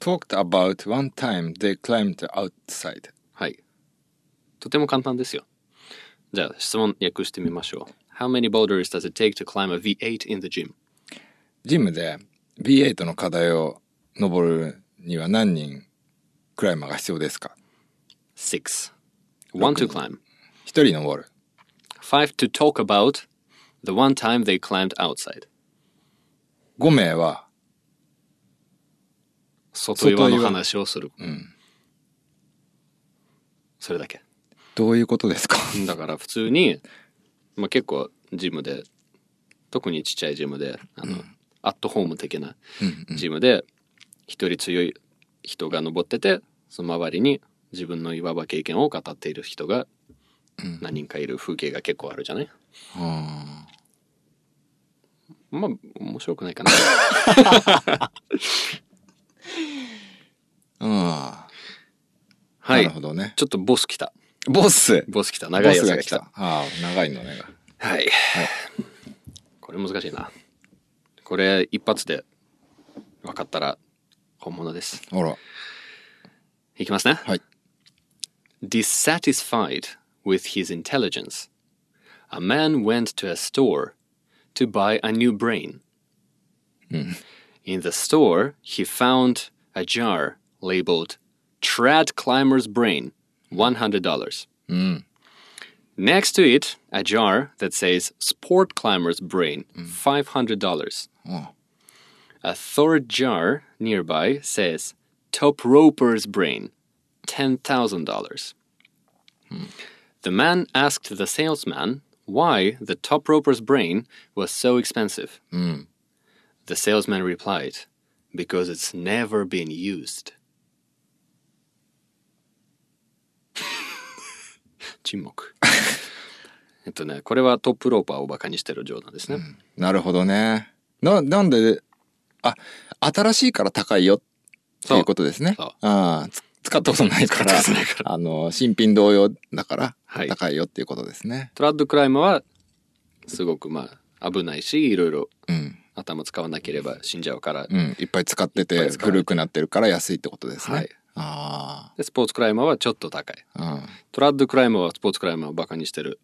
Speaker 2: talked about one time they climbed outside.
Speaker 4: はい。とても簡単ですよ。じゃあ質問訳してみましょう。How many boulders does it take to climb a V8 in the gym?
Speaker 2: ジムで B8 の課題を登るには何人クライマーが必要ですか
Speaker 4: Six. One to climb.
Speaker 2: 一人登る。
Speaker 4: Five to talk about the one time they climbed outside.
Speaker 2: 5名は
Speaker 4: 外岩
Speaker 2: 外
Speaker 4: の
Speaker 2: 岩
Speaker 4: 話をする。それだけ。
Speaker 2: どういうことですか
Speaker 4: だから普通に、まあ、結構ジムで特にちっちゃいジムであの、アットホーム的なジムで一人強い人が登っててその周りに自分の岩場経験を語っている人が何人かいる風景が結構あるじゃない、まあ面白くな
Speaker 2: [laughs]
Speaker 4: いかな
Speaker 2: ああ、
Speaker 4: はい
Speaker 2: なるほどね。
Speaker 4: ちょっとボス来た
Speaker 2: ボス
Speaker 4: ボス来た
Speaker 2: ボ
Speaker 4: 長いや
Speaker 2: ス
Speaker 4: つ
Speaker 2: が
Speaker 4: が
Speaker 2: 来
Speaker 4: 来た
Speaker 2: た。ああ、長いのね。
Speaker 4: はい、これ難しいなこれ一発で分かったら本物です
Speaker 2: ほら。
Speaker 4: いきますね。
Speaker 2: はい
Speaker 4: Dissatisfied with his intelligence, a man went to a store to buy a new brain.
Speaker 2: Hmm.
Speaker 4: In the store, he found a jar labeled Trad Climber's Brain, $100.
Speaker 2: Hmm.
Speaker 4: Next to it, a jar that says Sport Climber's Brain,
Speaker 2: Hmm.
Speaker 4: $500.
Speaker 2: Oh.
Speaker 4: A third jar nearby says Top Roper's Brain, $10,000. The man asked the salesman why the Top Roper's Brain was so expensive. The salesman replied, Because it's never been used. 沈黙。 [laughs] えっとね、これはトップローパーをバカにしてる冗談ですね。
Speaker 2: なるほどね。な、なんで、あ、新しいから高いよっていうことですね。
Speaker 4: そう
Speaker 2: ああつ使ったことないから、
Speaker 4: 使ったことないか
Speaker 2: あの、新品同様だから
Speaker 4: はい、
Speaker 2: 高いよっていうことですね。
Speaker 4: トラッドクライムはすごくまあ危ないしいろいろ
Speaker 2: うん。
Speaker 4: 頭使わなければ死んじゃうから、
Speaker 2: うん。いっぱい使って
Speaker 4: いってぱい、使われて
Speaker 2: 古くなってるから安いってことですね。
Speaker 4: はい
Speaker 2: あ
Speaker 4: でスポーツクライマーはちょっと高い
Speaker 2: あ、うん。
Speaker 4: トラッドクライマーはスポーツクライマーをバカにしてる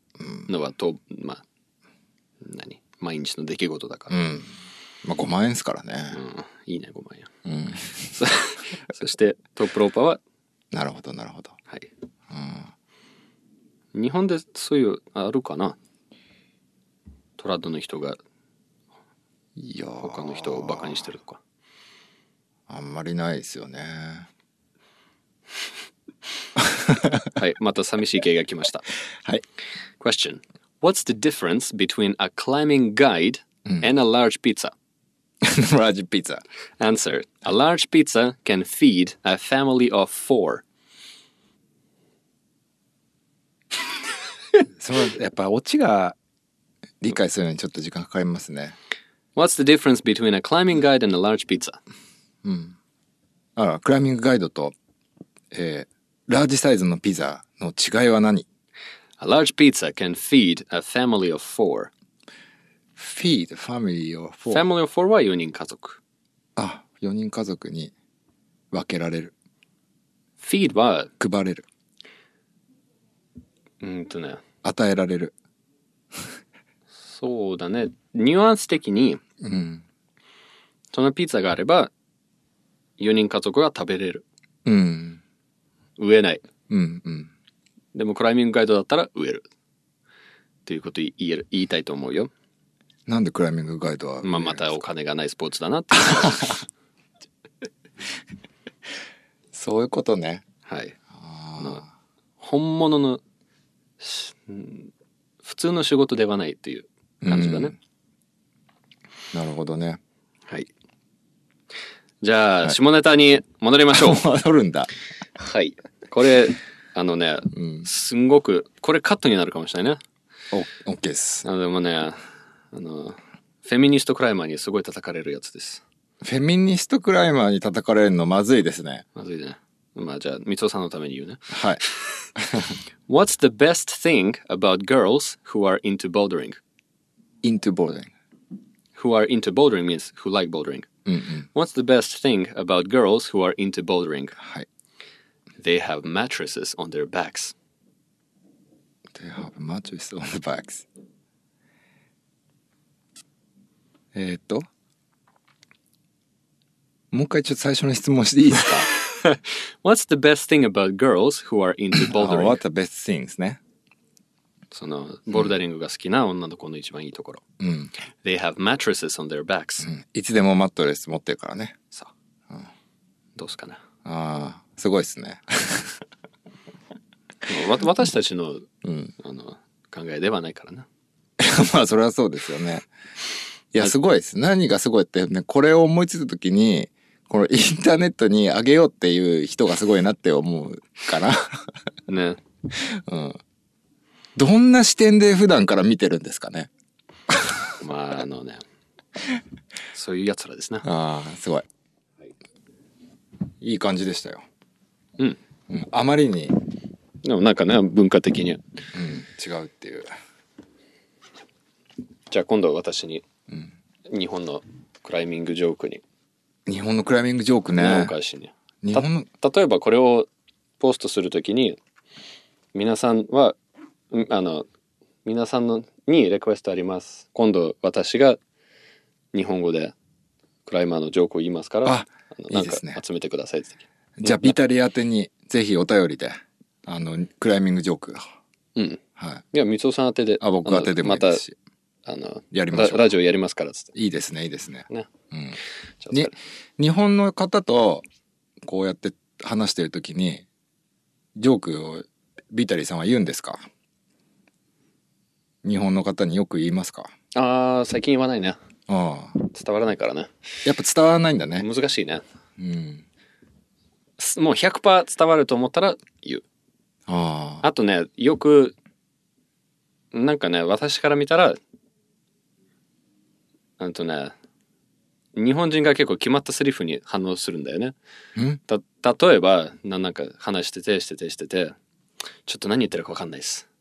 Speaker 4: のはと、まあ何毎日の出来事だから、
Speaker 2: うん。まあ、5万円ですからね。
Speaker 4: うんいいねごめんよ
Speaker 2: うん。
Speaker 4: そ [laughs] そしてトップローパーは
Speaker 2: なるほど、なるほど。
Speaker 4: はい、日本でそういうあるかなトラッドの人が
Speaker 2: いやー
Speaker 4: 他の人をバカにしてるとか
Speaker 2: あんまりないですよね。 [laughs]
Speaker 4: はい、また寂しい系が来ました。
Speaker 2: はい。
Speaker 4: Question: What's the difference between a climbing guide and a large pizza?
Speaker 2: ラージピザ。
Speaker 4: Answer: A large pizza can feed a family of four.
Speaker 2: そう、やっぱオチが理解するのにちょっと時間かかりますね。
Speaker 4: What's the difference between a climbing guide and a large pizza?
Speaker 2: あら、クライミングガイドと、えーラージサイズのピザの違いは何
Speaker 4: A large pizza can feed a family of four.
Speaker 2: ?feed family or four.
Speaker 4: Family of four は4人家族。
Speaker 2: あ、4人家族に分けられる。
Speaker 4: feed は、
Speaker 2: 配れる。
Speaker 4: うんとね、
Speaker 2: 与えられる。
Speaker 4: そうだね、ニュアンス的に、
Speaker 2: うん。
Speaker 4: そのピザがあれば、4人家族が食べれる。
Speaker 2: うん。
Speaker 4: 植えない。
Speaker 2: うん。うん。
Speaker 4: でもクライミングガイドだったら植える。っていうこと言える言いたいと思うよ。
Speaker 2: なんでクライミングガイドは。
Speaker 4: まあ、またお金がないスポーツだな [laughs] っていう。
Speaker 2: そういうことね。
Speaker 4: はい。あの本物の、しうん普通の仕事ではないっていう感じだね。
Speaker 2: なるほどね。
Speaker 4: はい。じゃあ、下ネタに戻りまし [laughs] ょう。
Speaker 2: 戻るんだ。
Speaker 4: はい。これ、あのね、すんごく、これカットになるかもしれないね。
Speaker 2: お、オッケーです。
Speaker 4: あのでもね、あの、フェミニストクライマーにすごい叩かれるやつです。
Speaker 2: フェミニストクライマーに叩かれるのまずいですね。
Speaker 4: まずいね。まあじゃあ、三尾さんのために言うね。
Speaker 2: はい。
Speaker 4: What's the best thing about girls who are into bouldering?
Speaker 2: into bouldering.
Speaker 4: Who are into bouldering means who like bouldering. What's the best thing about girls who are into bouldering?
Speaker 2: はい。
Speaker 4: They have mattresses on their backs.
Speaker 2: They have mattress on the backs. えーっと。もう一回ちょっと最初の質問していいですか
Speaker 4: What's the best thing about girls who are into
Speaker 2: あ
Speaker 4: [laughs] bouldering?
Speaker 2: What Mm. the best things ね。
Speaker 4: そのボルダリングが好きな女の子の一番いいところ。
Speaker 2: ん
Speaker 4: They have mattresses on their backs、
Speaker 2: いつでもマットレス持ってるからね。
Speaker 4: さあ、どうすかな。
Speaker 2: ああ、すごいですね。
Speaker 4: わ私たちの,、あの考えではないからな。
Speaker 2: まあそれはそうですよね。いやすごいです。何がすごいってねこれを思いついた時にこのインターネットに上げようっていう人がすごいなって思うから
Speaker 4: [laughs] ね。
Speaker 2: どんな視点で普段から見てるんですかね。
Speaker 4: まああのね、そういうやつらですな。
Speaker 2: ああすごい。いい感じでしたよ。
Speaker 4: うん。
Speaker 2: うん、あまりに
Speaker 4: でもなんかね、文化的に。
Speaker 2: 違うっていう。
Speaker 4: じゃあ今度は私に、日本のクライミングジョークに、
Speaker 2: 日本のクライミングジョーク
Speaker 4: 日
Speaker 2: ね
Speaker 4: 本。返しに。
Speaker 2: 日本の
Speaker 4: た例えばこれをポストするときに皆さんはんあの皆さんのにレクエストあります今度私が日本語でクライマーのジョークを言いますから
Speaker 2: あ
Speaker 4: の
Speaker 2: いい
Speaker 4: なんか
Speaker 2: ですね
Speaker 4: 集めてくださいって時
Speaker 2: じゃあビタリー宛てにぜひお便りであのクライミングジョーク
Speaker 4: うん
Speaker 2: はい。
Speaker 4: いや三尾さん宛てであ
Speaker 2: あ僕宛てでもいいですし。
Speaker 4: またあの
Speaker 2: やりましょう
Speaker 4: ララジオやりますからっつって
Speaker 2: いいですねいいですね。
Speaker 4: ね
Speaker 2: うん。
Speaker 4: じゃ
Speaker 2: に
Speaker 4: あ
Speaker 2: 日本の方とこうやって話してる時にジョークをビタリーさんは言うんですか日本の方によく言いますか
Speaker 4: あー最近言わないね
Speaker 2: ああ
Speaker 4: 伝わらないからね
Speaker 2: やっぱ伝わらないんだね、
Speaker 4: 難しいね
Speaker 2: うん、
Speaker 4: すもう100%伝わると思ったら言う
Speaker 2: ああ
Speaker 4: あとね、よく、なんかね、私から見たら、あとね、日本人が結構決まったセリフに反応するんだよね。
Speaker 2: ん
Speaker 4: た、例えば、ななんか話してて、してて、してて、ちょっと何言ってるかわかんないです。っ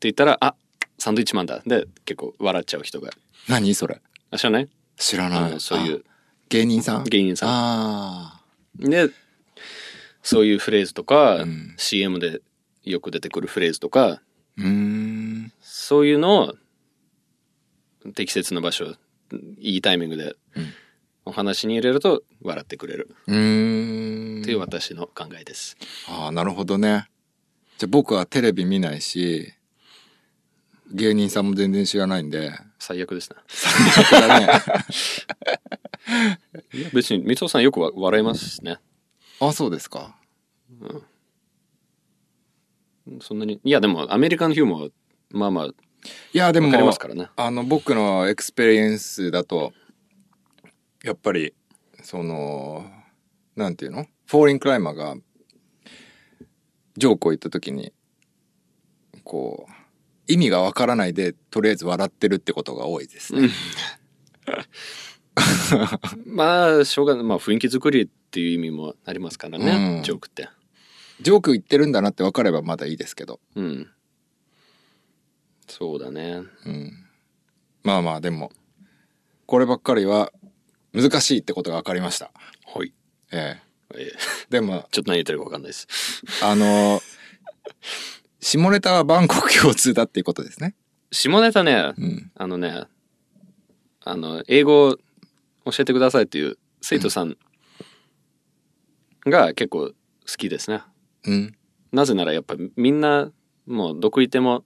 Speaker 4: て言ったら、あ、サンドイッチマンだ。で、結構笑っちゃう人が。
Speaker 2: 何それ
Speaker 4: あ、知らない
Speaker 2: 知ら
Speaker 4: あ
Speaker 2: な
Speaker 4: の、
Speaker 2: い
Speaker 4: そういう
Speaker 2: あ芸人さん
Speaker 4: 芸人さん。
Speaker 2: あ
Speaker 4: で、そういうフレーズとか、
Speaker 2: うん
Speaker 4: CM でよく出てくるフレーズとか、
Speaker 2: あうーん
Speaker 4: そういうのを適切な場所、いいタイミングでお話に入れると笑ってくれる
Speaker 2: うーん
Speaker 4: という私の考えです。
Speaker 2: ああなるほどねじゃあ僕はテレビ見ないし芸人さんも全然知らないんで
Speaker 4: 最悪ですな。
Speaker 2: だからね
Speaker 4: 別に、三尾さんよくわ笑いますね。
Speaker 2: [laughs] あそうですか
Speaker 4: そんなに。いや、でもアメリカンヒューモア、まあまあ、
Speaker 2: いやでも
Speaker 4: わかりますからね
Speaker 2: あの僕のエクスペリエンスだとやっぱりそのなんていうのフォーリンクライマーがジョークを言った時にこう意味がわからないでとりあえず笑ってるってことが多いですね。
Speaker 4: まあ、しょうがない。まあ、雰囲気作りっていう意味もありますからね、
Speaker 2: うん
Speaker 4: ジョークって。
Speaker 2: ジョーク言ってるんだなってわかればまだいいですけど
Speaker 4: うん。そうだね。
Speaker 2: まあまあでもこればっかりは難しいってことが分かりました。
Speaker 4: はい。
Speaker 2: え
Speaker 4: えー
Speaker 2: え、でも
Speaker 4: ちょっと何言ってるかわかんないです。
Speaker 2: あの、下ネタは万国共通だっていうことですね。
Speaker 4: 下ネタね、
Speaker 2: ん
Speaker 4: あのね、あの、英語を教えてくださいっていう生徒さんが結構好きですね。
Speaker 2: うん。
Speaker 4: なぜならやっぱみんな、もうどこいても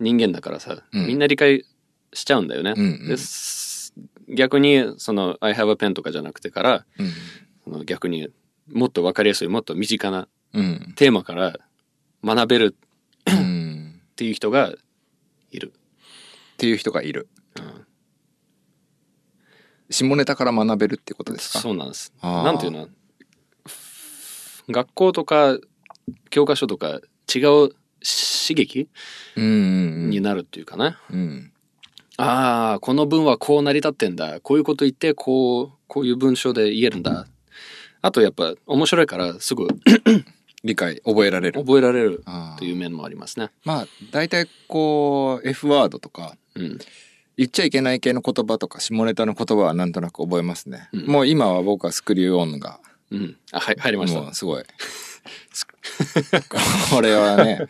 Speaker 4: 人間だからさ、
Speaker 2: うん
Speaker 4: みんな理解しちゃうんだよね。
Speaker 2: うんうん
Speaker 4: です逆に、その、I have a pen とかじゃなくてから、
Speaker 2: うん。
Speaker 4: その逆にもっとわかりやすい、もっと身近な
Speaker 2: うん。
Speaker 4: テーマから学べる
Speaker 2: うん
Speaker 4: っていう人がいる。
Speaker 2: っていう人がいる。下ネタから学べるってことですか
Speaker 4: そうなんです。
Speaker 2: あー
Speaker 4: なんていうの学校とか教科書とか違う刺激
Speaker 2: うんうん
Speaker 4: になるっていうかな。
Speaker 2: うん。うん。
Speaker 4: ああ、この文はこう成り立ってんだ。こういうこと言って、こう、こういう文章で言えるんだ。あとやっぱ面白いからすぐ
Speaker 9: 理解、覚えられる。
Speaker 4: 覚えられる
Speaker 9: あー
Speaker 4: という面もありますね。
Speaker 9: まあ、大体こう、F ワードとか、
Speaker 4: うん。
Speaker 9: 言っちゃいけない系の言葉とか、下ネタの言葉はなんとなく覚えますね。
Speaker 4: ん
Speaker 9: もう今は僕はスクリューオンが、
Speaker 4: うん。あ、はい、入りまし
Speaker 9: も
Speaker 4: た。
Speaker 9: うすごい。 [laughs] これはね、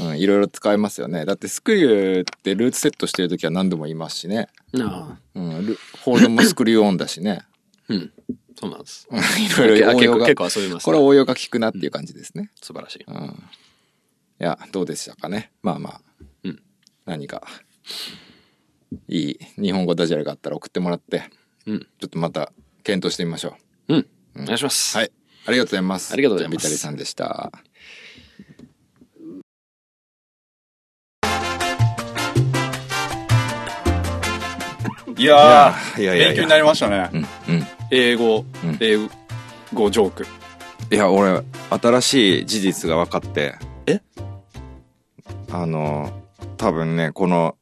Speaker 9: うん、いろいろ使えますよね。だってスクリューってルーツセットしてるときは何度も言いますしね。
Speaker 4: なあ。
Speaker 9: うん、ルホールドもスクリューオンだしね。
Speaker 4: うん。そうなんです。
Speaker 9: うんいろいろ
Speaker 4: あ
Speaker 9: 応
Speaker 4: 結
Speaker 9: 用
Speaker 4: 構
Speaker 9: が、
Speaker 4: 結構遊びます、
Speaker 9: これは応用が効くなっていう感じですね。
Speaker 4: 素晴らしい。
Speaker 9: うん。いや、どうでしたかね。まあまあ。
Speaker 4: うん
Speaker 9: 何か、いい日本語ダジャレがあったら送ってもらって、
Speaker 4: うん
Speaker 9: ちょっとまた検討してみましょ
Speaker 4: うん。お願いします。
Speaker 9: う。はい。ありがとうございます。
Speaker 4: ありがとうございま
Speaker 9: じ
Speaker 4: す
Speaker 9: ゃあビタリさんでした。
Speaker 1: いや
Speaker 9: いや
Speaker 1: ー、
Speaker 9: いや
Speaker 1: 勉
Speaker 9: い
Speaker 1: 強に
Speaker 9: や。
Speaker 1: なりましたね
Speaker 9: う。ん、うん。
Speaker 1: 英語
Speaker 9: うん、
Speaker 1: 英語ジョーク。
Speaker 2: いや、俺、新しい事実が分かって。
Speaker 1: え
Speaker 2: あの、多分ね、この、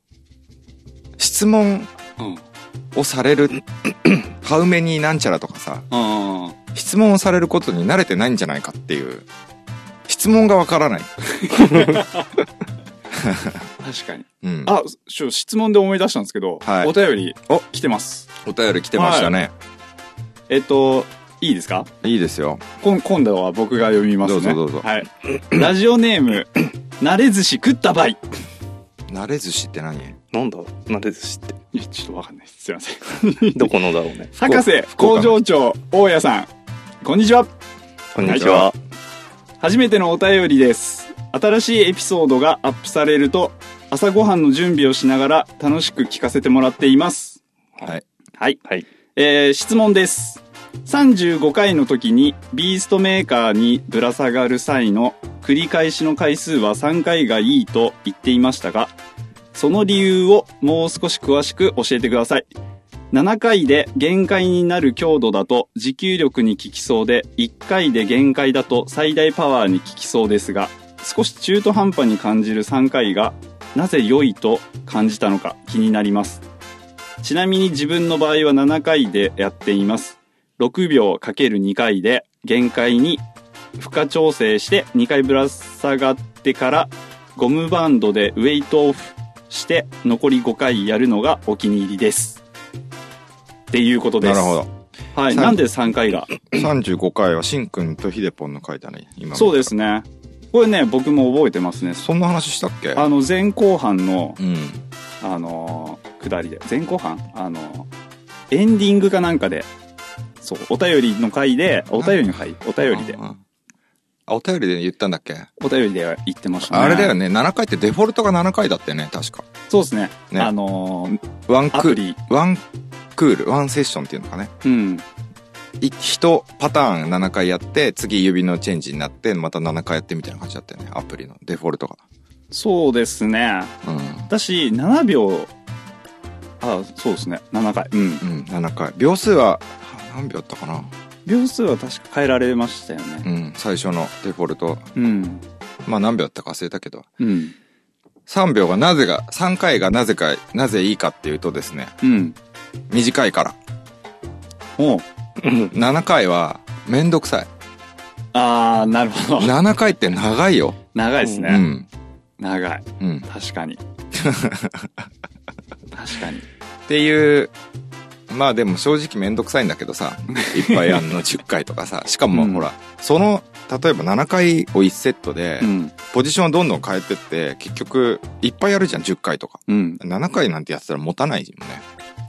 Speaker 2: 質問
Speaker 1: うん。
Speaker 2: をさ
Speaker 9: [clears throat]
Speaker 2: れる、ハウメになんちゃらとかさ、
Speaker 1: うん。うん
Speaker 2: 質問をされることに慣れてないんじゃないかっていう、質問が分からない。
Speaker 1: 確かに。
Speaker 2: うん。
Speaker 1: あ、ちょ質問で思い出したんですけど、
Speaker 2: はい
Speaker 1: お便り
Speaker 2: お
Speaker 1: 来てます。
Speaker 2: お便り来てましたね。
Speaker 1: えっと、いいですか
Speaker 2: いいですよ。
Speaker 1: こん今度は僕が読みますね。
Speaker 2: どうぞどうぞ
Speaker 1: はい。ラジオネーム、なれ寿司食ったばい。
Speaker 2: 慣れ寿司って何
Speaker 3: なんだ慣れ寿司っ
Speaker 1: いや、ちょっとわかんないです。すいません。
Speaker 3: て。 [laughs] どこのだろうね。
Speaker 1: 博士、工場長、大家さん。こんにちは。
Speaker 3: こんにちは。
Speaker 1: 初めてのお便りです。新しいエピソードがアップされると、朝ごはんの準備をしながら楽しく聞かせてもらっています。
Speaker 2: はい。
Speaker 1: はい。
Speaker 3: はい。
Speaker 1: えー質問です。35回の時にビーストメーカーにぶら下がる際の繰り返しの回数は3回がいいと言っていましたが、その理由をもう少し詳しく教えてください。7回で限界になる強度だと持久力に効きそうで、1回で限界だと最大パワーに効きそうですが、少し中途半端に感じる3回がなぜ良いと感じたのか気になります。ちなみに自分の場合は7回でやっています。6秒 ×2 回で限界に負荷調整して2回ぶら下がってからゴムバンドでウェイトオフして残り5回やるのがお気に入りです。っていうことで
Speaker 2: な
Speaker 1: す。
Speaker 2: るほど。 [clears throat]
Speaker 1: ど。はい。
Speaker 2: さん
Speaker 1: なんで3回が
Speaker 2: 35回はしんくんとひでぽんの回だね、今。。
Speaker 1: そうですすね。これね、僕も覚えてますね。
Speaker 2: そんな話したっけ
Speaker 1: あの、前後半の、
Speaker 2: うん。
Speaker 1: あのー下りで、前後半あのーエンディングかなんかで、そう、お便りの回で、お便りの回、お便りで
Speaker 2: あ、ー。あ、お便りで言ったんだっけ
Speaker 1: お便りで言ってましたね。
Speaker 2: あれだよ。ね、7回ってデフォルトが7回だったよね、確か。
Speaker 1: そうですね。
Speaker 2: ね
Speaker 1: あのー
Speaker 2: ワンク
Speaker 1: ア
Speaker 2: ー
Speaker 1: プ
Speaker 2: ル、
Speaker 1: リ、
Speaker 2: ワンクール、ワンセッションっていうのかね。
Speaker 1: うん、
Speaker 2: い一パターン7回やって、次指のチェンジになって、また7回やってみたいな感じだったよね、アプリのデフォルトが。
Speaker 1: そうですね。
Speaker 2: うん。
Speaker 1: 私、7秒、あ、そうですね。7回。うん。
Speaker 2: うん、7回。秒数は、は何秒だったかな
Speaker 1: 秒数は確か変えられましたよね。
Speaker 2: うん、最初のデフォルト。
Speaker 1: うん。
Speaker 2: まあ何秒だったか忘れたけど。
Speaker 1: うん。
Speaker 2: 3秒がなぜが、3回がなぜか、なぜいいかっていうとですね、
Speaker 1: うん。
Speaker 2: 短いから。
Speaker 1: おう
Speaker 2: 7回は、めんどくさい。
Speaker 1: あー、なるほど。
Speaker 2: 7回って長いよ。
Speaker 1: 長いです
Speaker 2: う
Speaker 1: ね。
Speaker 2: ん。
Speaker 1: 長い。
Speaker 2: うん。
Speaker 1: 確
Speaker 2: [laughs]
Speaker 1: かに。確かに。
Speaker 2: っていうまあでも正直めんどくさいんだけどさいっぱいあんの10回とかさしかも
Speaker 1: うん
Speaker 2: ほら、その例えば7回を1セットで、
Speaker 1: うん。
Speaker 2: ポジションをどんどん変えてって結局いっぱいやるじゃん10回とか
Speaker 1: うん。
Speaker 2: 7回なんてやってたら持たないもんね、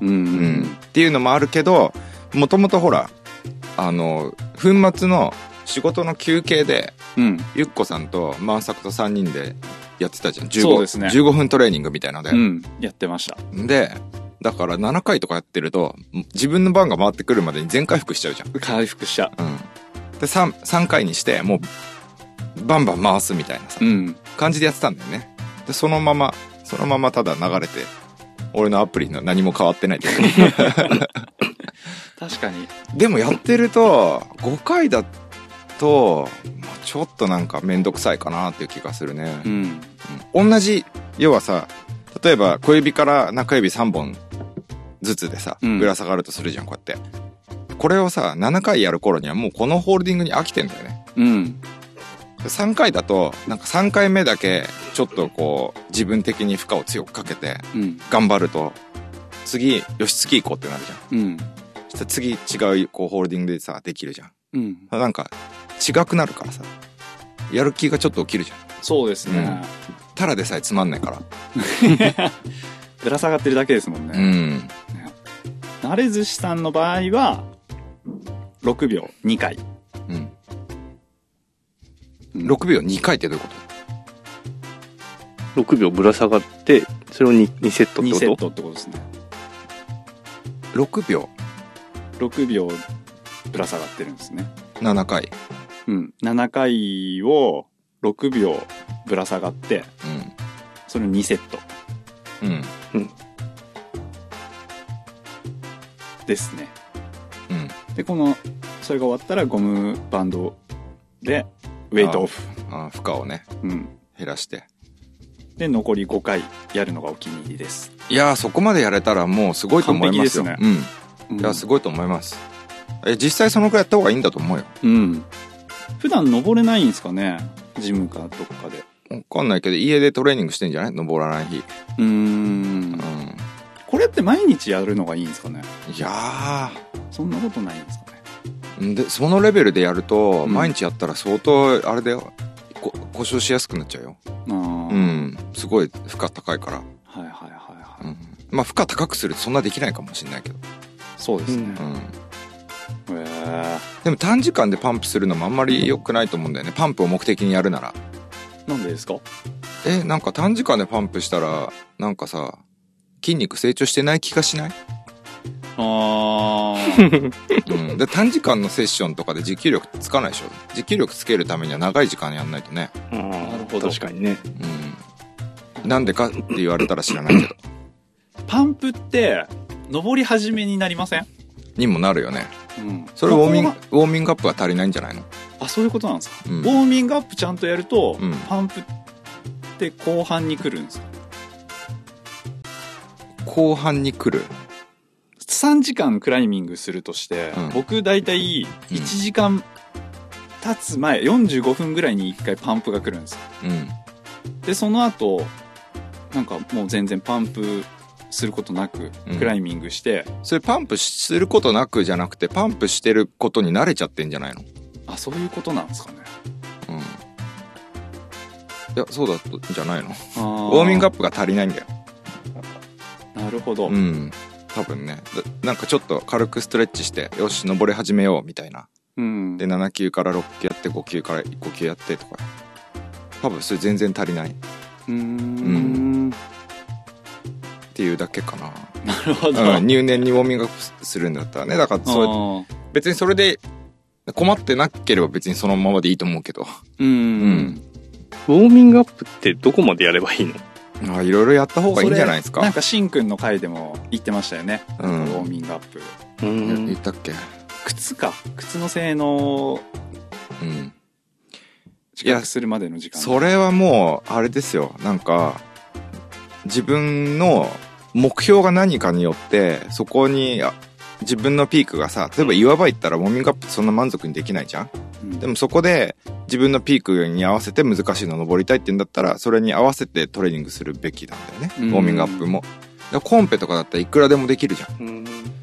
Speaker 1: うん。う
Speaker 2: うん
Speaker 1: ん。
Speaker 2: っていうのもあるけどもともとほらあの粉末の仕事の休憩で
Speaker 1: うん。
Speaker 2: ゆっこさんと万作と3人でやってたじゃん 15,
Speaker 1: そうですね
Speaker 2: 15分トレーニングみたいので、
Speaker 1: うん。やってました。
Speaker 2: で、だから7回とかやってると、自分の番が回ってくるまでに全回復しちゃうじゃん。
Speaker 1: 回復した。
Speaker 2: うん。で、3、3回にして、もう、バンバン回すみたいなさ、
Speaker 1: うん。
Speaker 2: 感じでやってたんだよね。で、そのまま、そのままただ流れて、俺のアプリの何も変わってないってこと
Speaker 1: 確かに。
Speaker 2: でもやってると、5回だと、まあちょっとなんかめんどくさいかなっていう気がするね。
Speaker 1: うん。
Speaker 2: 同じ要はさ例えば小指から中指3本ずつでさ
Speaker 1: うん
Speaker 2: ぶら下がるとするじゃん、こうやってこれをさ7回やる頃にはもうこのホールディングに飽きてんだよね
Speaker 1: うん。
Speaker 2: 3回だとなんか3回目だけちょっとこう自分的に負荷を強くかけて
Speaker 1: うん。
Speaker 2: 頑張ると次よし次行こうってなるじゃん
Speaker 1: うん。
Speaker 2: そしたら次違うこうホールディングでさできるじゃん
Speaker 1: うん。
Speaker 2: なんか違くなるからさやる気がちょっと起きるじゃん
Speaker 1: そうですね。
Speaker 2: ただでさえつまんないから
Speaker 1: ぶら下がってるだけですもん
Speaker 2: う
Speaker 1: ね。
Speaker 2: ん
Speaker 1: なれ寿司さんの場合は、6秒2回。
Speaker 2: うん
Speaker 1: うん
Speaker 2: 6秒2回ってどういうこ
Speaker 3: 6秒ぶら下がって、それを 2, セットって
Speaker 1: 2
Speaker 3: こ
Speaker 1: セ
Speaker 3: と
Speaker 1: ットってことですね。
Speaker 2: と ?6 秒
Speaker 1: 6秒ぶら下がってるんですね。
Speaker 2: 7回
Speaker 1: うん。7回を6秒ぶら下がって、それを2セット
Speaker 2: うんうん
Speaker 1: ですね。
Speaker 2: うん
Speaker 1: で、この、それが終わったらゴムバンドで、ウェイトオフ。
Speaker 2: あー負荷をね
Speaker 1: うん。
Speaker 2: 減らして
Speaker 1: で、残り5回やるのがお気に入りです。
Speaker 2: いやーそこまでやれたらもうすごいと思いますよ
Speaker 1: 完璧
Speaker 2: うん
Speaker 1: うん
Speaker 2: いや、すごいと思います。え、実際そのくらいやった方がいいんだと思うよ。
Speaker 1: うん。普段登れないんですかねジムかどっかで。
Speaker 2: わかんないけど、家でトレーニングしてんじゃない登らない日。
Speaker 1: うーん
Speaker 2: うん。
Speaker 1: これって毎日やるのがいいんですかね
Speaker 2: いや
Speaker 1: そんなことないんですかね
Speaker 2: ー、で、そのレベルでやると、
Speaker 1: うん
Speaker 2: 毎日やったら相当、あれだよ、こ故障しやすくなっちゃうよ。
Speaker 1: あー
Speaker 2: うん。すごい負荷高いから。
Speaker 1: はいはいはいは
Speaker 2: う
Speaker 1: い。
Speaker 2: ん。まあ、負荷高くするとそんなできないかもしれないけど。
Speaker 1: そうですね。
Speaker 2: うん。
Speaker 1: へえ
Speaker 2: でも短時間でパンプするのもあんまり良くないと思うんだよね。パンプを目的にやるなら。
Speaker 1: なんでですか
Speaker 2: え、なんか短時間でパンプしたら、なんかさ、筋肉成長してない気がしない
Speaker 1: あー。
Speaker 2: うん、で短時間のセッションとかで持久力つかないでしょ持久力つけるためには長い時間やんないとね、
Speaker 3: うん
Speaker 1: [laughs] なるほど
Speaker 3: 確かにね。
Speaker 2: うん、なんでかって言われたら知らないけ
Speaker 1: [laughs]
Speaker 2: ど
Speaker 1: パンプって、登り始めになりません
Speaker 2: にもなるよね
Speaker 1: うん。
Speaker 2: それウォーミング
Speaker 1: こ
Speaker 2: ウ
Speaker 1: こ
Speaker 2: ォーミングアップが足りないんじゃないの
Speaker 1: があ、そういうことなんですか、
Speaker 2: う
Speaker 1: ウ
Speaker 2: ん
Speaker 1: ォーミングアップちゃんとやると、
Speaker 2: うん
Speaker 1: パンプって後半に来るんですか
Speaker 2: 後半に来る
Speaker 1: 3時間クライミングするとして、
Speaker 2: うん
Speaker 1: 僕大体
Speaker 2: うん
Speaker 1: 1時間経つ前45分ぐらいに1回パンプが来るんですよ
Speaker 2: うん
Speaker 1: でその後なんかもう全然パンプすることなく
Speaker 2: うん
Speaker 1: クライミングして、
Speaker 2: それパンプすることなくじゃなくてパンプしてることに慣れちゃってんじゃないの
Speaker 1: あそういうことなんですかね
Speaker 2: うんいやそうだとじゃない
Speaker 1: ウ
Speaker 2: のウォ
Speaker 1: ォ
Speaker 2: ーミングア
Speaker 1: アッ
Speaker 2: ップが足りないんだよ
Speaker 1: プなるほど、
Speaker 2: うん多分ねだなんかちょっと軽くストレッチしてよし登り始めようみたいな
Speaker 1: うん
Speaker 2: で7級から6級やって5級から5級やってとか多分それ全然足りないっ
Speaker 1: うーん
Speaker 2: んていうだけかな、
Speaker 1: なるほど、
Speaker 2: うん、入念にウォーミングアップするんだったらねだからそう
Speaker 1: あー
Speaker 2: 別にそれで困ってなければ別にそのままでいいと思うけど
Speaker 1: うん
Speaker 2: うん
Speaker 3: ウォーミングアップってどこまでやればいいの
Speaker 2: まあいろいろやった方がいいんじゃないです
Speaker 1: それな
Speaker 2: か
Speaker 1: んかしんくんの回でも言ってましたよね、
Speaker 2: うん
Speaker 1: ウォーミングアップ
Speaker 3: う
Speaker 2: いや言
Speaker 3: ん
Speaker 2: ったっけ
Speaker 1: 靴か靴の性能
Speaker 2: うん
Speaker 1: 比較するまでの時間
Speaker 2: それはもうあれですよなんか自分の目標が何かによってそこにあ自分のピークがさ例えば岩場行ったらウォーミングアップってそんな満足にできないじゃん
Speaker 1: うん
Speaker 2: でもそこで自分のピークに合わせて難しいの登りたいって言うんだったらそれに合わせてトレーニングするべきなんだよね、
Speaker 1: うん
Speaker 2: ウォーミングアップもだからコンペとかだったらいくらでもできるじゃんだか
Speaker 3: うん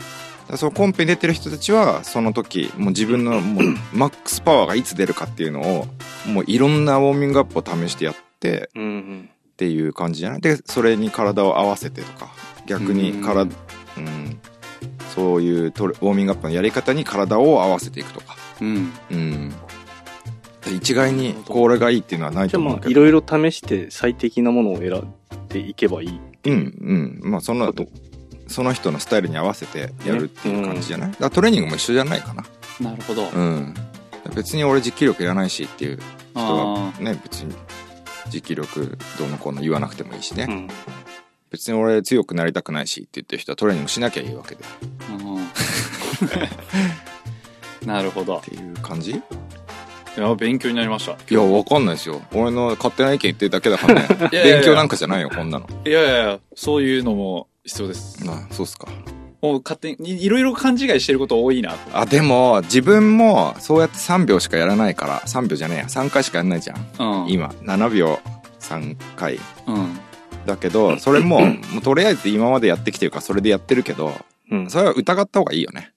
Speaker 2: らそのコンペに出てる人たちはその時もう自分のもう [clears throat] マックスパワーがいつ出るかっていうのをもういろんなウォーミングアップを試してやって
Speaker 3: うん
Speaker 2: っていう感じじゃないでそれに体を合わせてとか逆にから、
Speaker 1: う
Speaker 2: うん
Speaker 1: ん
Speaker 2: そういうトレウォーミングアップのやり方に体を合わせていくとか、
Speaker 1: うん
Speaker 2: うん、一概にこれがいいっていうのはない
Speaker 3: じ
Speaker 2: と
Speaker 3: ゃあ
Speaker 2: 思
Speaker 3: ま
Speaker 2: う
Speaker 3: あ
Speaker 2: け
Speaker 3: い
Speaker 2: ど
Speaker 3: ろいろ試して最適なものを選んでいけばいい
Speaker 2: うんうんまあその
Speaker 3: こと
Speaker 2: その人のスタイルに合わせてやるっていう感じじゃない、だからトレーニングも一緒じゃないかな、
Speaker 1: なるほど、
Speaker 2: うん、別に俺持久力いらないしっていう人は
Speaker 1: あ
Speaker 2: ね別に持久力どうのこうの言わなくてもいいしね、
Speaker 3: うん
Speaker 2: 別に俺強くなりたくないしって言ってる人はトレーニングしなきゃいいわけでっ
Speaker 1: あうん [laughs] なるほど
Speaker 2: ていう感じ
Speaker 1: いや勉強になりました
Speaker 2: いやわかんないですよ俺の勝手な意見言ってるだけだからね
Speaker 1: いやいや
Speaker 2: 勉強なんかじゃないよこんなの
Speaker 1: いやいやいやそういうのも必要です
Speaker 2: あそうっすか
Speaker 1: もう勝手に、いいろいろ勘違いしてること多いなと。
Speaker 2: あでも自分もそうやって3秒しかやらないから3秒じゃねえや3回しかやらないじゃん、
Speaker 1: うん。
Speaker 2: 今7秒3回
Speaker 1: うん。
Speaker 2: だけどそ
Speaker 1: [laughs]
Speaker 2: れももうとりあえず今までやってきてるからそれでやってるけど
Speaker 3: うん。
Speaker 2: それは疑った方がいいよね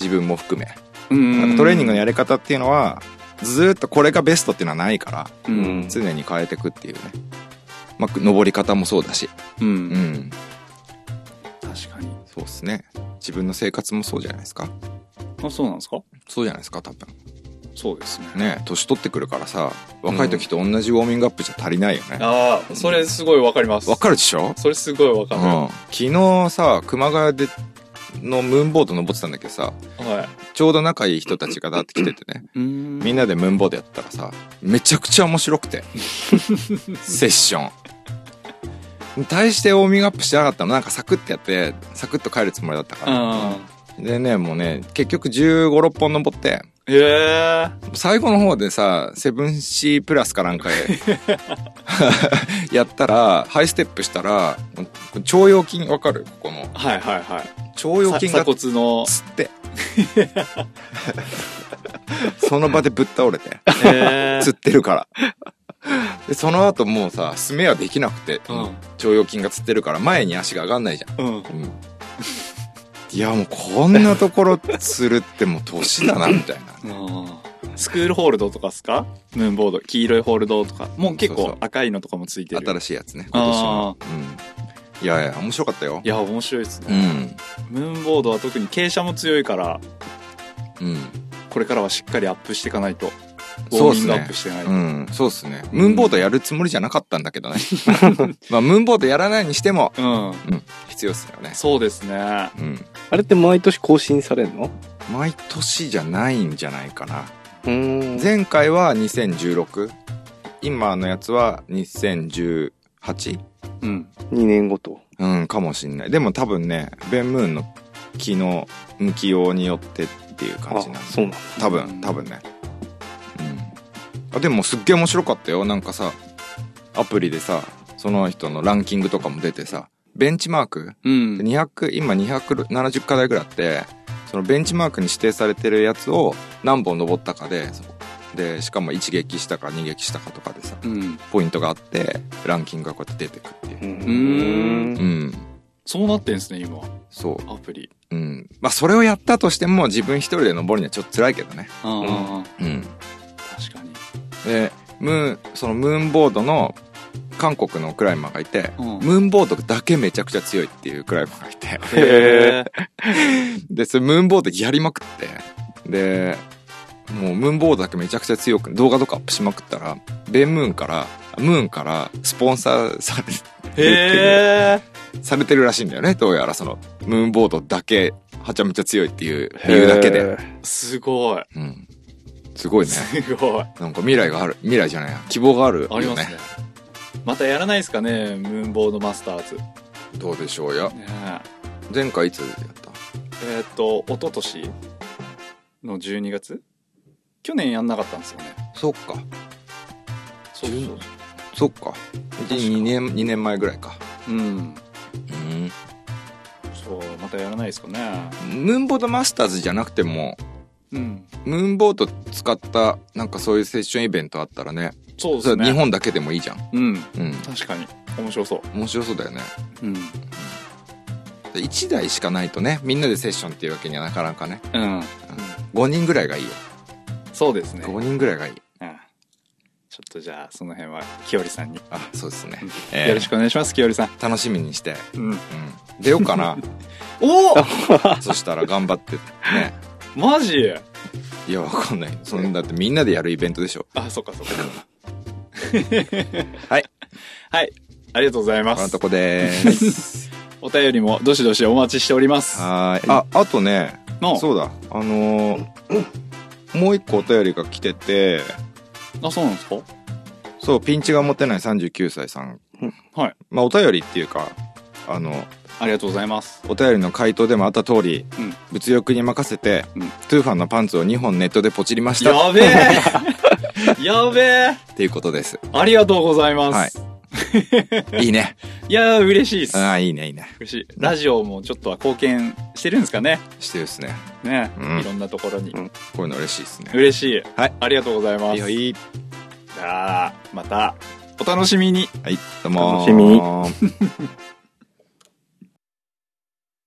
Speaker 2: 自分も含め
Speaker 1: うん
Speaker 2: なんかトレーニングのやり方っていうのはずーっとこれがベストっていうのはないから
Speaker 1: うん。
Speaker 2: 常に変えてくっていうねまあ登り方もそうだし
Speaker 1: う。
Speaker 2: うんん
Speaker 1: 確かに。
Speaker 2: そうっすね自分の生活もそうじゃないですか
Speaker 1: あ、そうなんですか
Speaker 2: そうじゃないですか多分
Speaker 1: そうですね。
Speaker 2: ね年取ってくるからさ若い時と同じウォーミングアップじゃ足りないよねわ、
Speaker 1: ああ、それすごいわかります。
Speaker 2: かるでしょ、
Speaker 1: それすごいわか
Speaker 2: う
Speaker 1: る。
Speaker 2: ん、昨日さ熊谷でのムーンボード登ってたんだけどさ
Speaker 1: はい。
Speaker 2: ちょうど仲いい人たちがだって来ててね
Speaker 1: うん
Speaker 2: みんなでムーンボードやったらさめちゃくちゃ面
Speaker 1: [laughs]
Speaker 2: 白くてセッション大してウォーミングアップしてなかったのなんかサクッてやってサクッと帰るつもりだったから、
Speaker 1: うん。
Speaker 2: でねもうね結局1 5 6本登って
Speaker 1: へえ。
Speaker 2: 最後の方でさ、セブンシープラスかな
Speaker 1: [laughs]
Speaker 2: んかへやったら、ハイステップしたら、腸腰筋わかるここの。
Speaker 1: はいはいはい。
Speaker 2: 腸腰筋
Speaker 1: さ
Speaker 2: が
Speaker 1: 鎖骨
Speaker 2: [laughs]
Speaker 1: の。
Speaker 2: つって。その場でぶっ倒れて。
Speaker 1: へ
Speaker 2: つってるから。で、その後もうさ、スメはできなくて、
Speaker 1: うん
Speaker 2: 腸腰筋がつってるから前に足が上がんないじ
Speaker 1: え。
Speaker 2: ゃん。
Speaker 1: うん。
Speaker 2: うん [laughs] いや、もうこんなところつるってもう年だな、みたいな。
Speaker 1: スクールホールドとかっすかムーンボード。黄色いホールドとか。もう結
Speaker 2: そうそ
Speaker 1: 構
Speaker 2: う
Speaker 1: 赤いのとかもついてる。
Speaker 2: 新しいやつね今年
Speaker 1: あ
Speaker 2: の、うん、いやいや面白かったよ
Speaker 1: いや、面白いですね。
Speaker 2: うん
Speaker 1: ムーンボードは特に傾斜も強いから、
Speaker 2: うん
Speaker 1: これからはしっかりアップしていかないと。ウォ
Speaker 2: そう
Speaker 1: ー
Speaker 2: っ
Speaker 1: ミン
Speaker 2: すね
Speaker 1: グアップしてないと。
Speaker 2: うんそうっすねムーンボードやるつもりじゃなかったんだけ
Speaker 1: [laughs]
Speaker 2: どねまあムーンボードやらないにしても
Speaker 1: うん。
Speaker 2: 必要っすよね
Speaker 1: そうですね。
Speaker 2: うん
Speaker 3: あれって毎年更新されるの
Speaker 2: 毎年じゃないんじゃないかな
Speaker 3: うーん。
Speaker 2: 前回は2016今のやつは 2018?
Speaker 1: うん。
Speaker 3: 2年ごと。
Speaker 2: うんかもしんないでも多分ねベンムーンの気の向きようによってっていう感
Speaker 3: あ
Speaker 2: じなんで、
Speaker 3: そうなんだ。
Speaker 2: 多分多分ねうんあでもすっげえ面白かったよなんかさアプリでさその人のランキングとかも出てさベンチマーク
Speaker 1: うん。
Speaker 2: 200今270課題ぐらいあってそのベンチマークに指定されてるやつを何本登ったかでそでしかも一撃したか二撃したかとかでさ
Speaker 1: うん。
Speaker 2: ポイントがあってランキングがこうやって出てくっていう
Speaker 3: う
Speaker 1: ー
Speaker 3: ん。
Speaker 2: うん
Speaker 1: そうなってんですね、今。
Speaker 2: そ
Speaker 1: アプリ。
Speaker 2: ううんまあそれをやったとしても自分一人で登るにはちょっと辛いけどね
Speaker 1: うん。
Speaker 2: うん
Speaker 1: 確かに。
Speaker 2: でムーンそのムーンボードの韓国のクライマーがいて、
Speaker 1: うん
Speaker 2: ムーンボードだけめちゃくちゃ強いっていうクライマーがいて
Speaker 1: へえ。
Speaker 2: でそれムーンボードやりまくってでもうムーンボードだけめちゃくちゃ強く動画とかアップしまくったらベンムーンからムーンからスポンサーされ
Speaker 1: へえ。
Speaker 2: されてるらしいんだよねどうやらそのムーンボードだけはちゃめちゃ強いっていう理由だけ
Speaker 3: へ
Speaker 2: で、
Speaker 3: ー。
Speaker 1: すごい。
Speaker 2: うん、すごいね
Speaker 1: すごい。
Speaker 2: なんか未来がある未来じゃないや希望があるよ、ね、
Speaker 1: ありますね。またやらないですかね、ムーンボードマスターズ。ね
Speaker 2: どうでしょうや
Speaker 1: え
Speaker 2: 前回いつやった
Speaker 1: えーっと、一昨年の12月去年やんなかったんですよね。
Speaker 2: そっか
Speaker 1: そうそうそう。
Speaker 2: そっかで2年2年前ぐらいか
Speaker 1: うん。
Speaker 2: うん
Speaker 1: そう、またやらないですかね。
Speaker 2: ムーンボードマスターズじゃなくても
Speaker 1: うん。
Speaker 2: ムーンボード使ったなんかそういうセッションイベントあったらね
Speaker 1: そうで
Speaker 2: そ
Speaker 1: す
Speaker 2: れ
Speaker 1: ね。
Speaker 2: 日。本だけでもいいじゃん
Speaker 1: うん。
Speaker 2: うん
Speaker 1: 確かに。面白そう。
Speaker 2: 面白そうだよね
Speaker 1: うん。
Speaker 2: で1台しかないとねみんなでセッションっていうわけにはなかなかね
Speaker 1: うん。
Speaker 2: 5人ぐらいがいいよ
Speaker 1: そうですね。
Speaker 2: 5人ぐらいがいい
Speaker 1: うんちょっとじゃあ、その辺は、きよりさんに。
Speaker 2: あそうですね、えー
Speaker 1: [laughs] よろしくお願いします、きよりさん。
Speaker 2: 楽しみにして、
Speaker 1: うん。
Speaker 2: うん、出ようか
Speaker 1: [laughs]
Speaker 2: な
Speaker 1: おお
Speaker 2: そしたら頑張ってね
Speaker 1: マジ
Speaker 2: いやわかんないそんだってみんなでやるイベントでしょ
Speaker 1: あ、そっかそっか。
Speaker 2: [laughs] はい。
Speaker 1: [laughs] はい。ありがとうございま
Speaker 2: こんな
Speaker 1: す
Speaker 2: と。こでーす
Speaker 1: [laughs] お便りもどしどしお待ちしております。
Speaker 2: はーい。あ、あとね、
Speaker 1: の
Speaker 2: そうだ、あのーもう一個お便りが来てて、
Speaker 1: あ、そうなんですか
Speaker 2: そう、ピンチが持てない39歳さん。
Speaker 1: はい。
Speaker 2: まあ、お便りっていうか、あの、
Speaker 1: ありがとうございます。
Speaker 2: お便りの回答でもあった通り、
Speaker 1: うん
Speaker 2: 物欲に任せて、
Speaker 1: うん
Speaker 2: トゥーファンのパンツを2本ネットでポチりました。
Speaker 1: やべえ [laughs] やべえ
Speaker 2: っていうことです。
Speaker 1: [laughs] ありがとうございます。
Speaker 2: いいね。
Speaker 1: いやー、嬉しいです。
Speaker 2: ああ、いいね、いいね。
Speaker 1: 嬉しい。ラジオもちょっとは貢献してるんですかね。
Speaker 2: してるっすね。
Speaker 1: ね。
Speaker 2: うん
Speaker 1: いろんなところに。
Speaker 2: こういうの嬉しいっすね。
Speaker 1: 嬉しい。
Speaker 2: はい。
Speaker 1: ありがとうございます。
Speaker 2: いいよいい
Speaker 1: じゃあ、また、お楽しみに。
Speaker 2: はい、どうも
Speaker 1: 楽
Speaker 2: ー。
Speaker 1: しみ
Speaker 2: み。